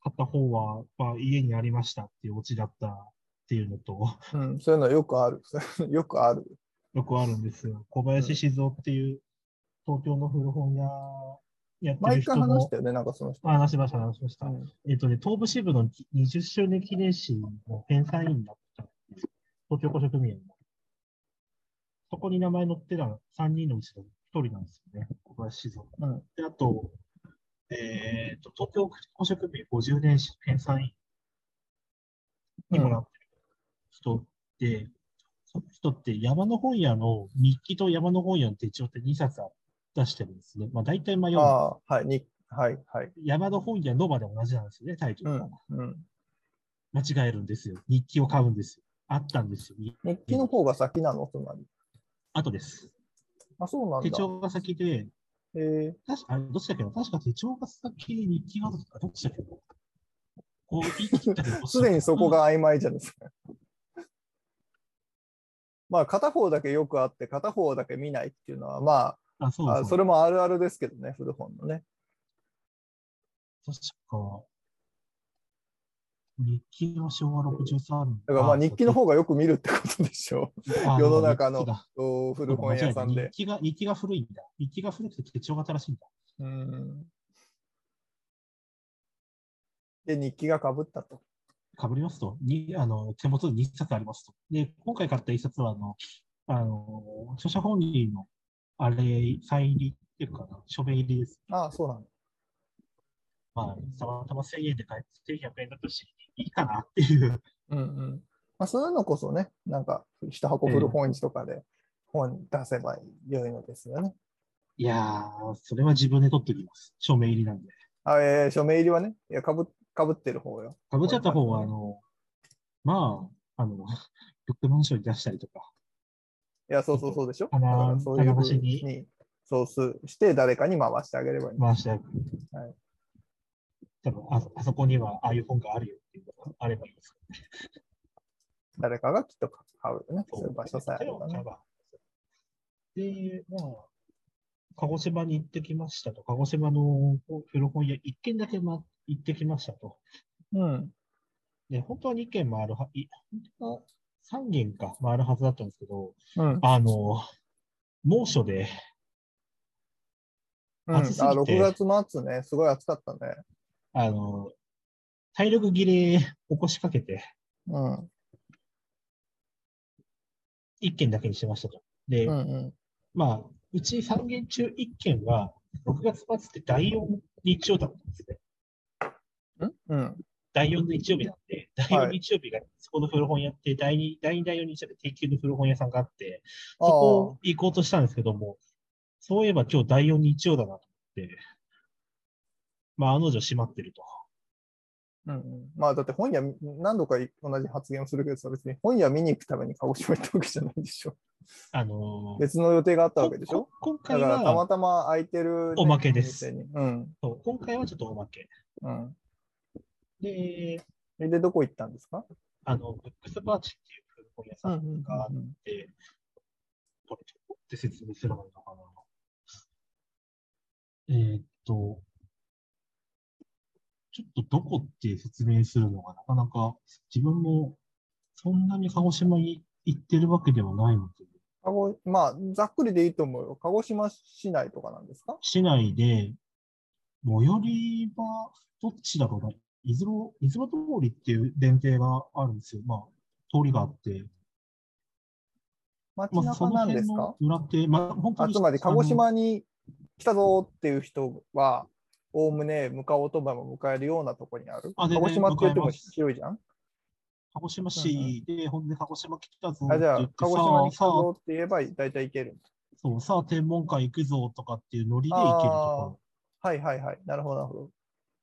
買った本は、まあ、家にありましたっていうオチだったっていうのと、
うん、そういうのはよくある。よくある。
よくあるんですよ。小林静雄っていう東京の古本屋やってる
毎
人
回
も
話したよね、なんかその人。
あ話しました、話しました
う。ん
えっとね、東部支部の20周年記念誌の編纂員だったっていう東京古書組合の。そこに名前載ってた3人のうちの1人なんですよね、小林静雄。
うん
で、あと、えっ、と、東京古書組合50年誌の編纂員にもなってる人で、その人って山の本屋の日記と山の本屋の手帳って2冊出してるんですね。まあ大体まあ読む
ああ、はい、に、はい、はい。
山の本屋のまで同じなんですよね、タイト
う
ル
ん
が。、
うん。
間違えるんですよ。日記を買うんですよ。あったんですよ。
日記の方が先なの、つまり。
あとです。
あ、そうなん
手
だ。
帳が先で、
えー、
確か、あれどっちだっけな確か手帳が先、日記が後とか、どっちだっけなこう言い切ったけど
すでにそこ。が曖昧じゃないですか。 まあ、片方だけよくあって、片方だけ見ないっていうのは、ま
あ、そう
あ、
だ
あ
そ
そうれ
だ
もあるあるですけどね、古本のね。
確か。日記は昭和63年。
だからまあ、
あ
日記の方がよく見るってことでしょ
あ
世の中の
そうだ
う。お古本屋さんで。
日記が、日記が古いんだ。日記が古くて手帳が正しいんだ。
うん。で、日記がかぶったと。
かぶりますと、にあの手元に2冊ありますと。で、今回買った1冊はあの、あの、著者本人の、あれ、サイン入りっていうかな、書面入りです。
ああ、そうなんだ。
まあ、たまたま1000円で買って1100円だったし、いいかなっていう。
うんうん。まあ、そういうのこそね、なんか、一箱古本市とかで本出せば良いのですよね。
いやー、それは自分で取っておきます。書面入りなんで。
あえー、署名入りはね、いやかぶかぶってる方よ。
かぶっちゃった方は、あの、まあ、あの、ブックマンションに出したりとか、
いや、そうそうそうでしょ。だ
棚
からそういう
棚
風
越しに
に、そうすして、誰かに回してあげればいい。
回してある。
はい
多分ああそこにはああいう本があるよっていうのがあればいいです。
誰かがきっと買うよね。そういう場所さえあればね。
で、まあ、鹿児島に行ってきましたと、鹿児島の古本屋、一軒だけ、ま、行ってきましたと。
うん。
で、本当は2軒回るは、い本当は3軒か回るはずだったんですけど、
うん。
あの、猛暑で、
うん、あ
暑すぎて
6月末ね、すごい暑かったね。
あの、体力切れ起こしかけて、
うん。
1軒だけにしましたと。で、
うんうん。
まあ、うち3軒中1軒は、6月末って第4日曜だったんですね。
うんうん。
第4の日曜日なんで、第4日曜日がそこの古本屋って、第2、第2、第4日曜日定休の古本屋さんがあって、そこ行こうとしたんですけども、そういえば今日第4日曜だなと思って、まあ、案の定閉まってると。
うんうん、まあだって本屋、何度か同じ発言をするけどさ、別に本屋見に行くために鹿児島行ったわけじゃないでしょ。
あのー
別の予定があったわけでしょ
こ。こ今
だ
回
からたま
は、
たま空いてる、
おまけです
店にうん。
そう今回はちょっとおまけ。
うん。
で、
えで、どこ行ったんですか
あの、ブックスバーチっていう古本屋さんがあって、これ、どうやって説明すればいいのかな。えーっと、ちょっとどこって説明するのがなかなか、自分もそんなに鹿児島に行ってるわけではないので、
鹿児まあ、ざっくりでいいと思うよ。鹿児島市内とかなんですか
市内で、最寄りは、どっちだろうな、出雲、出雲通りっていう電停があるんですよ。まあ、通りがあって。
街
まあ、そ
中
の
なんで
辺
す
の
か、
裏手、まあ、本当
あ、
に。
つまり、
あ
鹿
の
児島に来たぞっていう人は、おおむね向かおうとばも迎えるようなとこにある。
あ
鹿
全然
児島って言っても
向かいます
広いじゃん
鹿児島市で、ほんで鹿児島来たぞ
あじゃあ
って言っ、て
鹿児島に来た
さあ、さあ、
ぞって言えば大体行ける。
そう、さあ、天文館行くぞとかっていうノリで行けるとこ
あーはいはいはい。なるほど、なるほど。
ろ。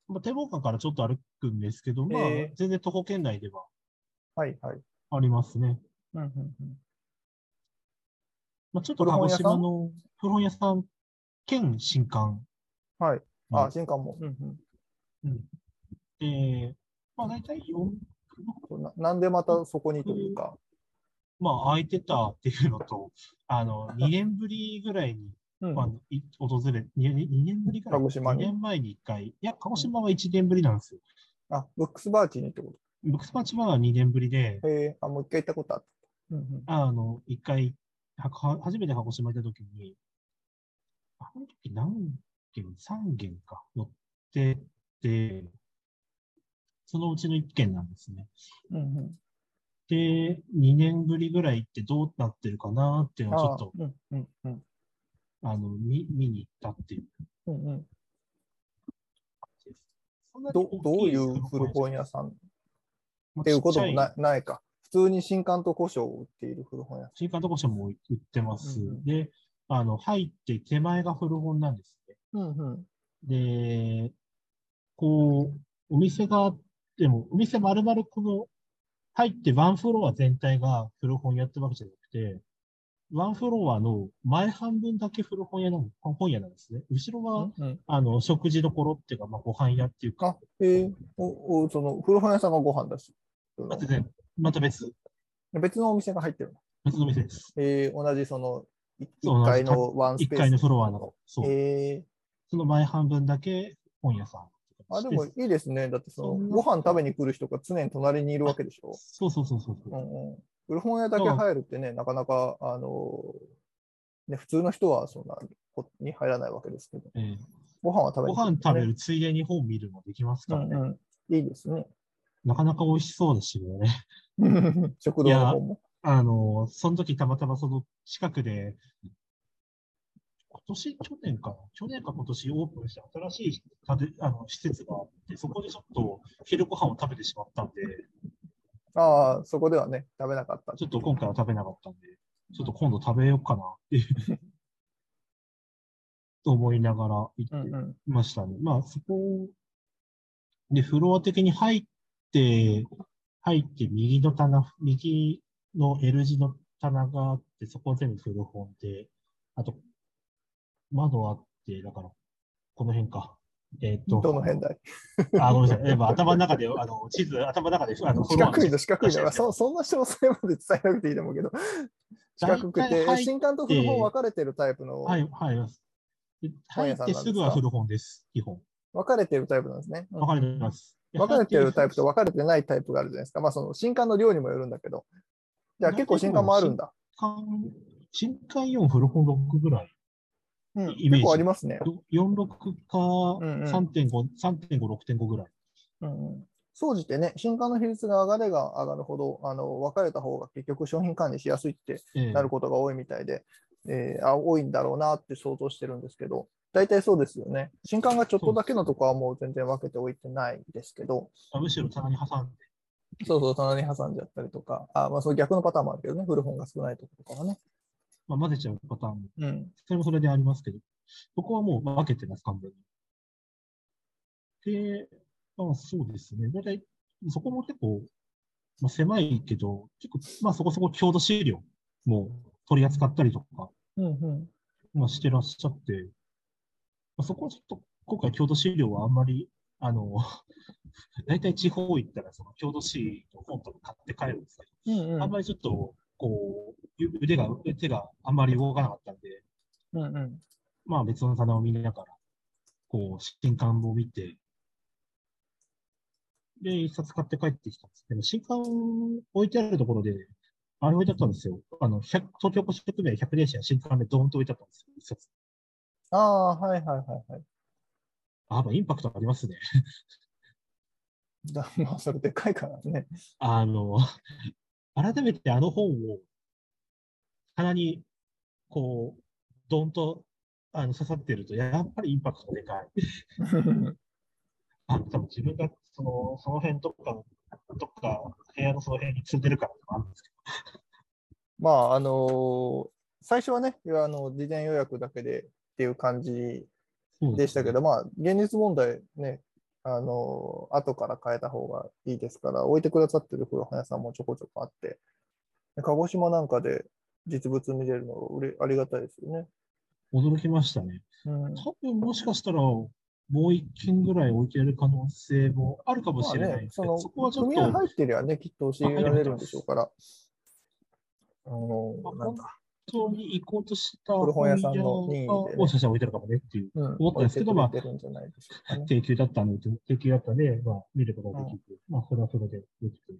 まあ、天文館からちょっと歩くんですけど、まあ
え、
全然徒歩圏内では
はいはい。
ありますね。
うんうんうん
まあ、ちょっと鹿児島の古本屋さん、兼新館
はい。
う
あ、
ん
新刊も。うんうん
で、まあ、大体4、
そうな。なんでまたそこにというか。
まあ、空いてたっていうのと、あの、2年ぶりぐらいに、
うん
まあ、い訪れ、2, 年ぶりから
鹿児島
2
に
年前に1回、いや、鹿児島は1年ぶりなんですよ。
あ、ブックスバーチにってこ
ブックスパチバーは2年ぶりで、
と。へえ、あ、もう一回行ったことあった。うんうん
あの、一回、はは初めて鹿児島行った時に、あの時何軒、3軒か乗ってて、そのうちの1軒なんですね。
うんうん
で、2年ぶりぐらいってどうなってるかなっていうのをちょっと、
あーうんうんうん
あの、見、見に行ったっていう
うんうん
感じです。そんなに
ど
大
どう
き
いう古本屋さんっていうことも
まあちっ
なないか。普通に新刊と古書を売っている古本屋
ちゃい新刊とこしも売ってます。
うんうん
で、あの、入って手前が古本なんですね。
さん。うんうん。
で、こう、お店が、でも、お店丸々この、入ってワンフロア全体が古本屋ってわけじゃなくて、ワンフロアの前半分だけ古本屋なん本屋なんですね。後ろは、
うんうん
あの、食事どころっていうか、まあ、ご飯屋っていうか
あ、、へえ、おおその古本屋さんがご飯だし。
またね、また別、
別のお店が入ってるの。
別の店です。
えー、同じそのい
そう
1階のワンス
1
ペース。
階のフロアの、そう。
え
その前半分だけ本屋さん。
ー、あでもいいですね。だってその
そんな
ご飯食べに来る人が常に隣にいるわけでしょ。
そうそうそうそう。
う
うん
うん、古本屋だけ入るってね、なかなか、あのーね、普通の人はそんなこに入らないわけですけど、
えー
ご飯は食べ
ご
に来
飯食べ
ね
るついでに本見るもできますからね。
うんうん、いいですね。
なかなか美味しそうでしたよね。
食堂の方も。
あの、その時たまたまその近くで、今年、去年かな、去年か今年オープンした新しい建てあの施設があって、そこでちょっと昼ご飯を食べてしまったんで、
ああ、そこではね、食べなかった。
ちょっと今回は食べなかったんで、ちょっと今度食べようかなっていう、と思いながら行っ
う
て
んうん、
ましたね。まあ、そこで、フロア的に入って、入って右の棚、右の L 字の棚があって、そこは全部古本で、あと、窓あって、だから、この辺か。えっ、と、
どの辺だい
あ、ごめんなさい。やっぱ頭の中で、あの、地図、頭の中で、あの、
四角いの、
で
四角いの。そ そんな詳細まで伝えなくていいと思うけど、四角くて、新刊と古本分かれてるタイプの、
はい、はい。で
本
入
屋さんなんで
って
すか
すぐは古本です、基本。
分かれてるタイプなんですね。うん
分かれてます。
分かれてるタイプと
は
分かれてないタイプがあるじゃないですか。まあ、その新刊の量にもよるんだけど。じゃあ結構新刊もあるんだ。
新刊4、古本6ぐらい。
うん、
イメー
結
ジ
構ありますね。
46か
んうん
3.5、3.5、6.5ぐらい。
うんうん。総じてね、新刊の比率が上がれば上がるほど、あの分かれた方が結局商品管理しやすいって
ええ
なることが多いみたいで、えーあ多いんだろうなって想像してるんですけど、大体そうですよね。新刊がちょっとだけのとこはもう全然分けておいてないですけど、
あむしろ棚に挟んで、
そうそう、棚に挟んじゃったりとか、あまあ、その逆のパターンもあるけどね、古本が少ないとことかはね。
まあ、混ぜちゃうパターンも、
うん。
それもそれでありますけど、そこはもう分けてます、完全に。で、まあ、そうですね。大体、そこも結構、まあ、狭いけど、結構、まあ、そこそこ郷土資料も取り扱ったりとか、
うんうん。
まあ、してらっしゃって、まあ、そこはちょっと、今回、郷土資料はあんまり、あの、 大体地方行ったら、その郷土史の本とか買って帰るんですけ
うんう
ど、あん
ん
まりちょっと、こう、腕が、手があんまり動かなかったんで、
うんうん
まあ別の棚を見ながら、こう、新刊を見て、で、一冊買って帰ってきたんですけど、新刊置いてあるところで、あれ置いてあったんですよ。あの、100東京古書組合100年史の新刊でドーンと置いてあったんですよ、一冊。
ああ、はいはいはいはい。
あ、やっぱインパクトありますね。
だまあ、それでっかいからね。
あの、 改めてあの本を、鼻に、こう、ドーンと、あの、刺さってると、やっぱりインパクトでかい。あ、多分自分がその、その辺とか、とか、部屋のその辺に積んでるからとかあるんですけ
まあ、あのー最初はね、いやあの事前予約だけでっていう感じ
ど。
でしたけど、まあ、現実問題ね、あのー後から変えた方がいいですから、置いてくださってる古本屋さんもちょこちょこあって、で鹿児島なんかで実物見れるのうれありがたいですよね。
驚きましたね。
うん
多分もしかしたら、もう一件ぐらい置いてる可能性もあるかもしれ
ま
な
あ
い
ね
で、す
そ
けど、
の
そこはちょっ
組
と、
合入ってりゃね、きっと教えられるんでしょうから。あの
まあ
なんだ
本当に行こうとした
古本屋さんの任意でね
本屋がもしかしたら置いてるかもねっていう
うん
思ったんですけどまあ
置いてくれてるんじゃないでしょうかね。
請求だったので、請求だったので、まあ、見ることができて、まあ、それはそれでできて。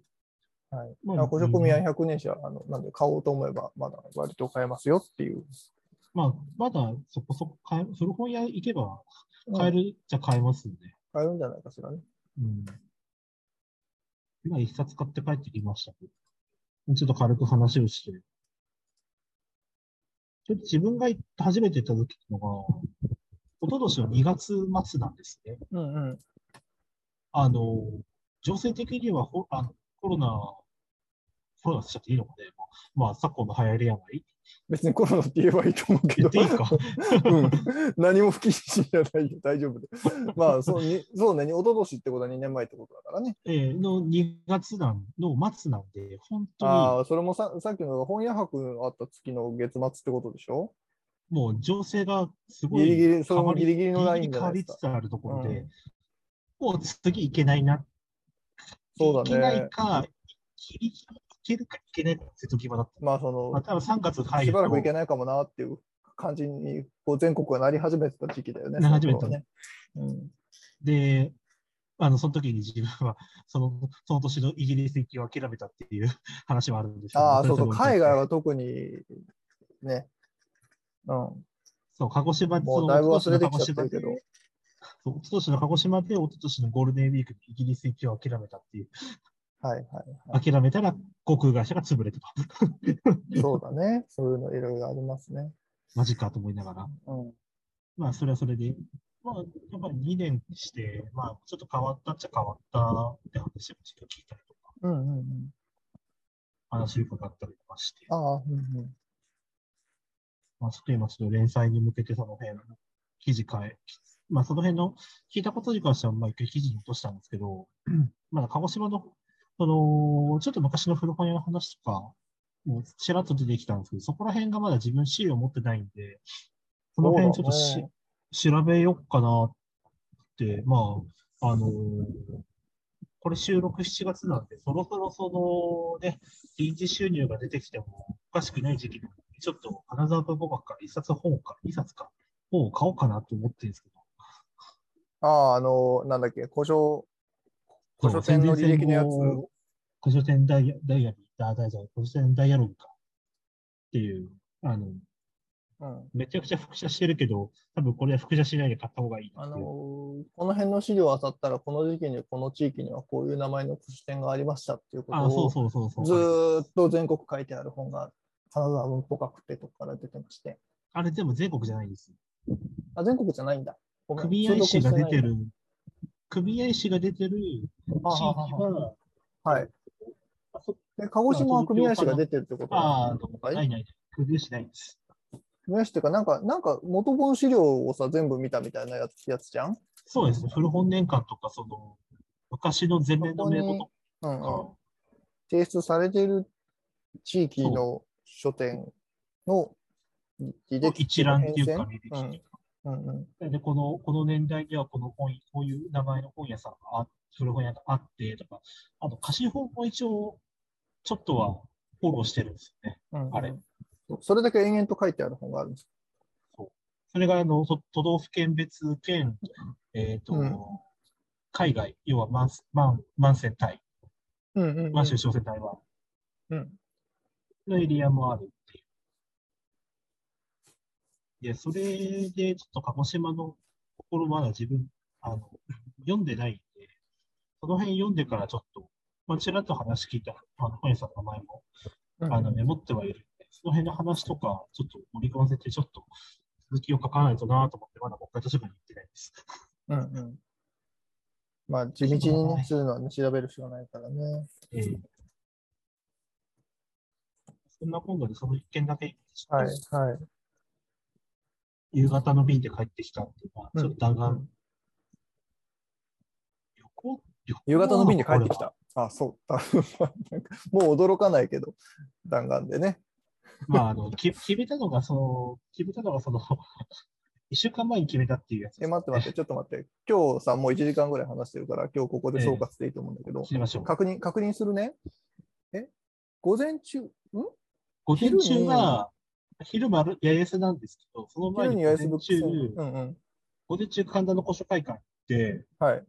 はい。
まあ
古書組合100年史は、あの、なんで買おうと思えば、まだ割と買えますよっていう。
まあ、まだそこそこ買え、古本屋行けば買え
うん
るじゃ買えますんで。
買えるんじゃないかしらね。
うん。今一冊買って帰ってきましたけど。ちょっと軽く話をして。ちょっと自分が行った初めて行った時っていうのが、おととしの2月末なんですね。
うんうん。
あの、情勢的にはほあのコロナ、コロナしちゃっていいのかね。まあ、まあ、昨今の流行り病。
別にコロナって言えばいいと思うけ
言
ど。
っていいか。
うん。何も不謹慎じゃないよ。大丈夫で。 まあ、そうに、そうね。一昨年ってことは2年前ってことだからね。
えーの2月なんの末なんで、本当
ああ、それもささっきの本屋博あった月の月末ってことでしょ
に、もう情勢がすご
ギ
い
リギリ、それ
変わ
も
り
ギリギリのラインじ
変
ゃな
わ
いで
り
すか
つ。つあるところで、
うん
もう次行けないな。
そうだね
行けないか、ギリギリ行けるか行けないか瀬戸際だった。
まあ、そ
まあ、
の、
多分3月入
し
る
ば
と
らくいけないかもなっていう感じに、こう全国がなり始めてた時期だよね。
なり始めた
ね。うん。
で、あの、その時に自分は、その、その年のイギリス行きを諦めたっていう話もあるんですけど
ああ、そうそう、海外
は。
は特に、ね。うん。
そう、鹿児島
も
そうう
だいぶ
おと
忘
と
れ
しの
て
鹿
きちゃ
児
ってる
島で
けど。
そう、おととしの鹿児島で、おととしのゴールデンウィークにイギリス行きを諦めたっていう、
はいはいは
諦めたら航空会社が潰れてた。
い。そうだね。 そういうのいろいろありますね。
マジかと思いながら。
うん。
まあ、それはそれで、まあ、やっぱり2年して、まあ、ちょっと変わったっちゃ変わったって話をちょっと聞いたりとか、
うんうんうん。
話を伺ったりとかして、
ああ、うんうん。
まあ、ちょっと今、ちょっと連載に向けてその辺の記事変え、まあ、その辺の聞いたことに関しては、まあ、一回記事に落としたんですけど、まだ鹿児島の、その、ちょっと昔の古本屋の話とか、もうちらっと出てきたんですけど、そこら辺がまだ自分資料持ってないんで、その辺ちょっと
そう
し、
だね
調べようかなって、まあ、あのーこれ収録7月なんで、そろそろそのね、臨時収入が出てきてもおかしくない時期なので、ちょっと金沢文庫学から一冊本か、二冊か、本を買おうかなと思ってるんですけど、
ああ、あの、なんだっけ、故障、古書店の履歴のやつ
古書店ダイヤダイアリー、ダダイヤ古書店ダイアログか。っていう、あの、
うん。
めちゃくちゃ複写してるけど、多分これは複写しないで買った方がいいな
あ
っていう。
のーこの辺の資料を漁ったら、この時期にこの地域にはこういう名前の古書店がありましたっていうこ
あ、そ
と
うそうそうそ
を、
う。
ずーっと全国書いてある本が金沢文庫学ってとこから出てまして。
あれでも全国じゃないです。
あ、全国じゃないんだ。ごめん
組合誌が出て。
通
る、組合誌が出てる地
読してないんだは
域
あはあは
は、
あはい。
あそ
で鹿児島は組合誌が出てるってこと
ああ、
な
どうもないないない。組合誌ないです。
組合誌っていうか、なんか、なんか元本資料をさ、全部見たみたいなやつやつじゃん
そうですね。古本年間とか、その、昔の前面の名簿
うん
と
うん。
か、
提出されてる地域の書店の履
の一覧っていうか、
変
履歴
遷
っていうか
うんうん
で、この、この年代にはこの本、こういう名前の本屋さんがあ、古本屋があって、とか、あの、貸し本も一応、ちょっとはフォローしてるんですよね。
うんうん
あれ
それだけ延々と書いてある本があるんです。
それが、あの、都都道府県別県、えっ、と、
うん
海外、要はマンス、マン、マンセンタイ、
うんうん、うん
満州小センタイは、
うん
のエリアもあるっていう。で、それで、ちょっと鹿児島のところまだ自分、あの、読んでないんで、その辺読んでからちょっと、まあ、ちらっと話聞いた、あの、本屋さんの名前も、
うん
あの、メモってはいるんで、その辺の話とか、ちょっと盛り込ませて、ちょっと続きを書かないとなと思って、まだ国会図書館に行ってないです。
うんうん。まあ、地道にね、するのはね、調べるしかないからね。
ええそんな今度でその一件だけ、
はい、はい。
夕方の便で帰ってきたっていうのは、ちょっと弾丸、旅行旅行
夕方の便で帰ってき。た。あ、 そう。多分なんかもう驚かないけど、弾丸でね。
まあ、あの、き決めたのが、その、決めたのが、そ の、一週間前に決めたっていうやつです、
え、待って待って、ちょっと待って。今日さ、もう1時間ぐらい話してるから、今日ここで総括でいいと思うんだけど
切、りましょう。
確認、確認するね。え午前中、ん
午前中は、昼間る、八重洲なんですけど、その前
昼に
に午
八重洲
前
ブック
中
セン、うんうん。
午前中神田の古書会館行って、
はい、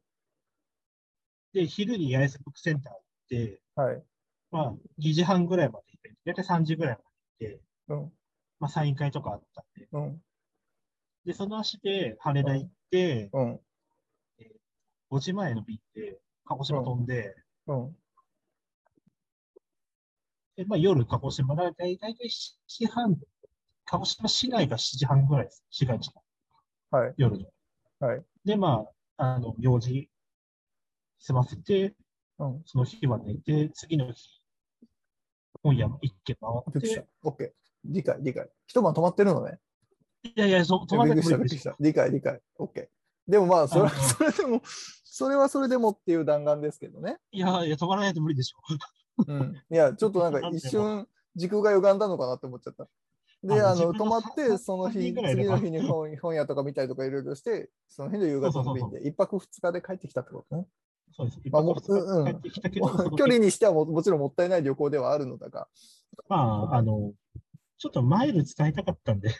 で、昼に八重洲ブックセンター行って、
はい。
まあ、2時半ぐらいまで行って、だいたい3時ぐらいまで行って、
うん、
まあ、サイン会とかあったんで、
うん、
で、その足で羽田行って、
うん、
5時前の便で、鹿児島飛んで、
うん。
でまあ、夜、鹿児島だいたい、だいたい7時半、鹿児島市内が7時半ぐらいです、市街地の。
はい。
夜の。
はい。
で、まあ、あの、用事済ませて、
うん。
その日は寝て、次の日、本屋も一軒
び
回
っ
っ
くりしてた、。オッケー。理解、理解。一晩止まってるのね。
いやいや、そう、止まん
びっ
な
く
く
りした、びっくり
てもいいで
し
すよ
た。理解、理解。オッケー。でもまあ、それ
あの
それでも、それはそれでもっていう弾丸ですけどね。
いやいや、止まらないと無理でしょ。
うん。いや、ちょっとなんか一瞬、時空が歪んだのかなって思っちゃった。で、
あの
あの、
自分
止
の
まっ
さ
て、その
三
日、
人ぐらいで
次の日に本本屋とか見たりとかいろいろして、その日の夕方の便で、一泊二日で帰ってきたってことね。
そうです。
まあもううん
帰ってきたけど、その日
距離にしてはももちろんもったいない旅行ではあるのだが、
まあ、あの、ちょっとマイル使いたかったんで、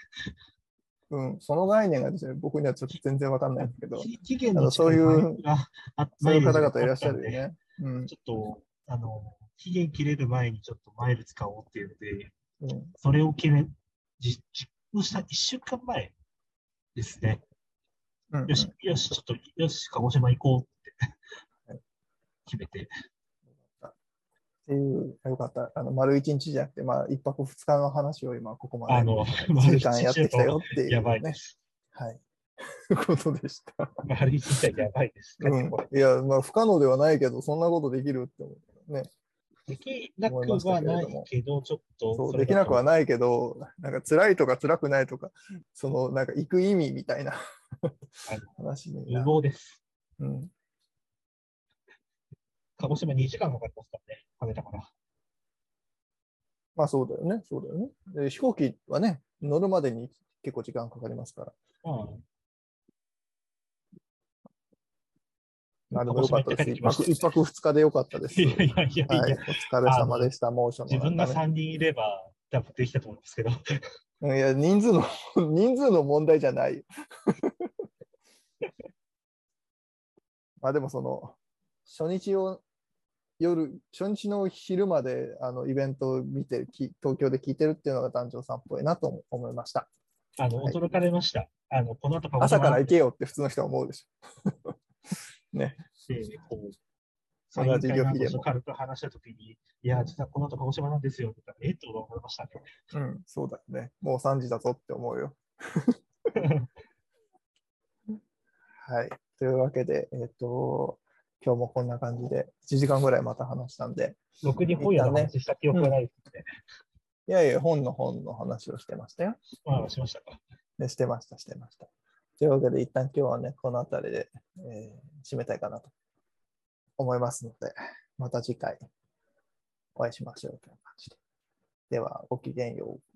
うん、その概念がですね、僕にはちょっと全然わかんないんだけど、
期 期限
あの
の
そういう
近くにマイルがあ
そういう方
マイルがあった
々
んで
いらっしゃるよね。うん。
ちょっと、あの、期限切れる前にちょっとマイル使おうっていうので、
うん
それを決め、じ実行した1週間前ですね。
うんうん
よし、よし、ちょっと、よし、鹿児島行こうって 決めて。
っていう、よかった。あの、丸一日じゃなくて、まあ、一泊二日の話を今、ここまで。
あの、
一時間やってきたよっていう、ね。
やばいです。
はい。ことでした。
丸一日はやばいです。帰
う
って
ん
こない。
いや、まあ、不可能ではないけど、そんなことできるって思う。ね。
できなくはないけど、ちょっと
そう、
そ
で
れ
き
だ
な
と
くはないけど、なんか、辛いとか辛くないとか、その、なんか、行く意味みたいな
い
話に
無
な。
謀です。
うん。
鹿児島2時間かかりますからね、羽田から。
まあ、そうだよね。そうだよね。で飛行機はね、乗るまでに結構時間かかりますから。
まあ、
まあ、でもよかったです。一
鹿児島行って帰ってきました
泊一泊二日でよかったです。
いやいやいや、
はいい、
や
お疲れ様でした、猛暑の
自分が
中ね
3人いれば、多分できたと思うんですけど、
うんいや、人数の、 人数の問題じゃない よ。まあでもその、初日を夜、初日の昼まであのイベントを見てき、東京で聞いてるっていうのが団長さんっぽいなと思思いました。
あの、驚かれました。あの、この後
朝から行
行
けよって普通の人は思うでしょ。
て、こう、その一回
同じ
なん
旅費
か
で
そう
も
軽く話したときに、いや、実はこの後鹿児島なんですよって言ったら、えっと思いましたね。
うん、そうだよね。もう3時だぞって思うよ。はい。というわけで、えっ、と、今日もこんな感じで、1時間ぐらいまた話したんで、
ろくに本屋の話した記憶がないですね。
いやいや、本の本の話をしてましたよ。
まあ、しましたか。
ね、してました、してました。というわけで、一旦今日はね、この辺りで、えー締めたいかなと思いますので、また次回お会いしましょうという感じで。では、ごきげんよう。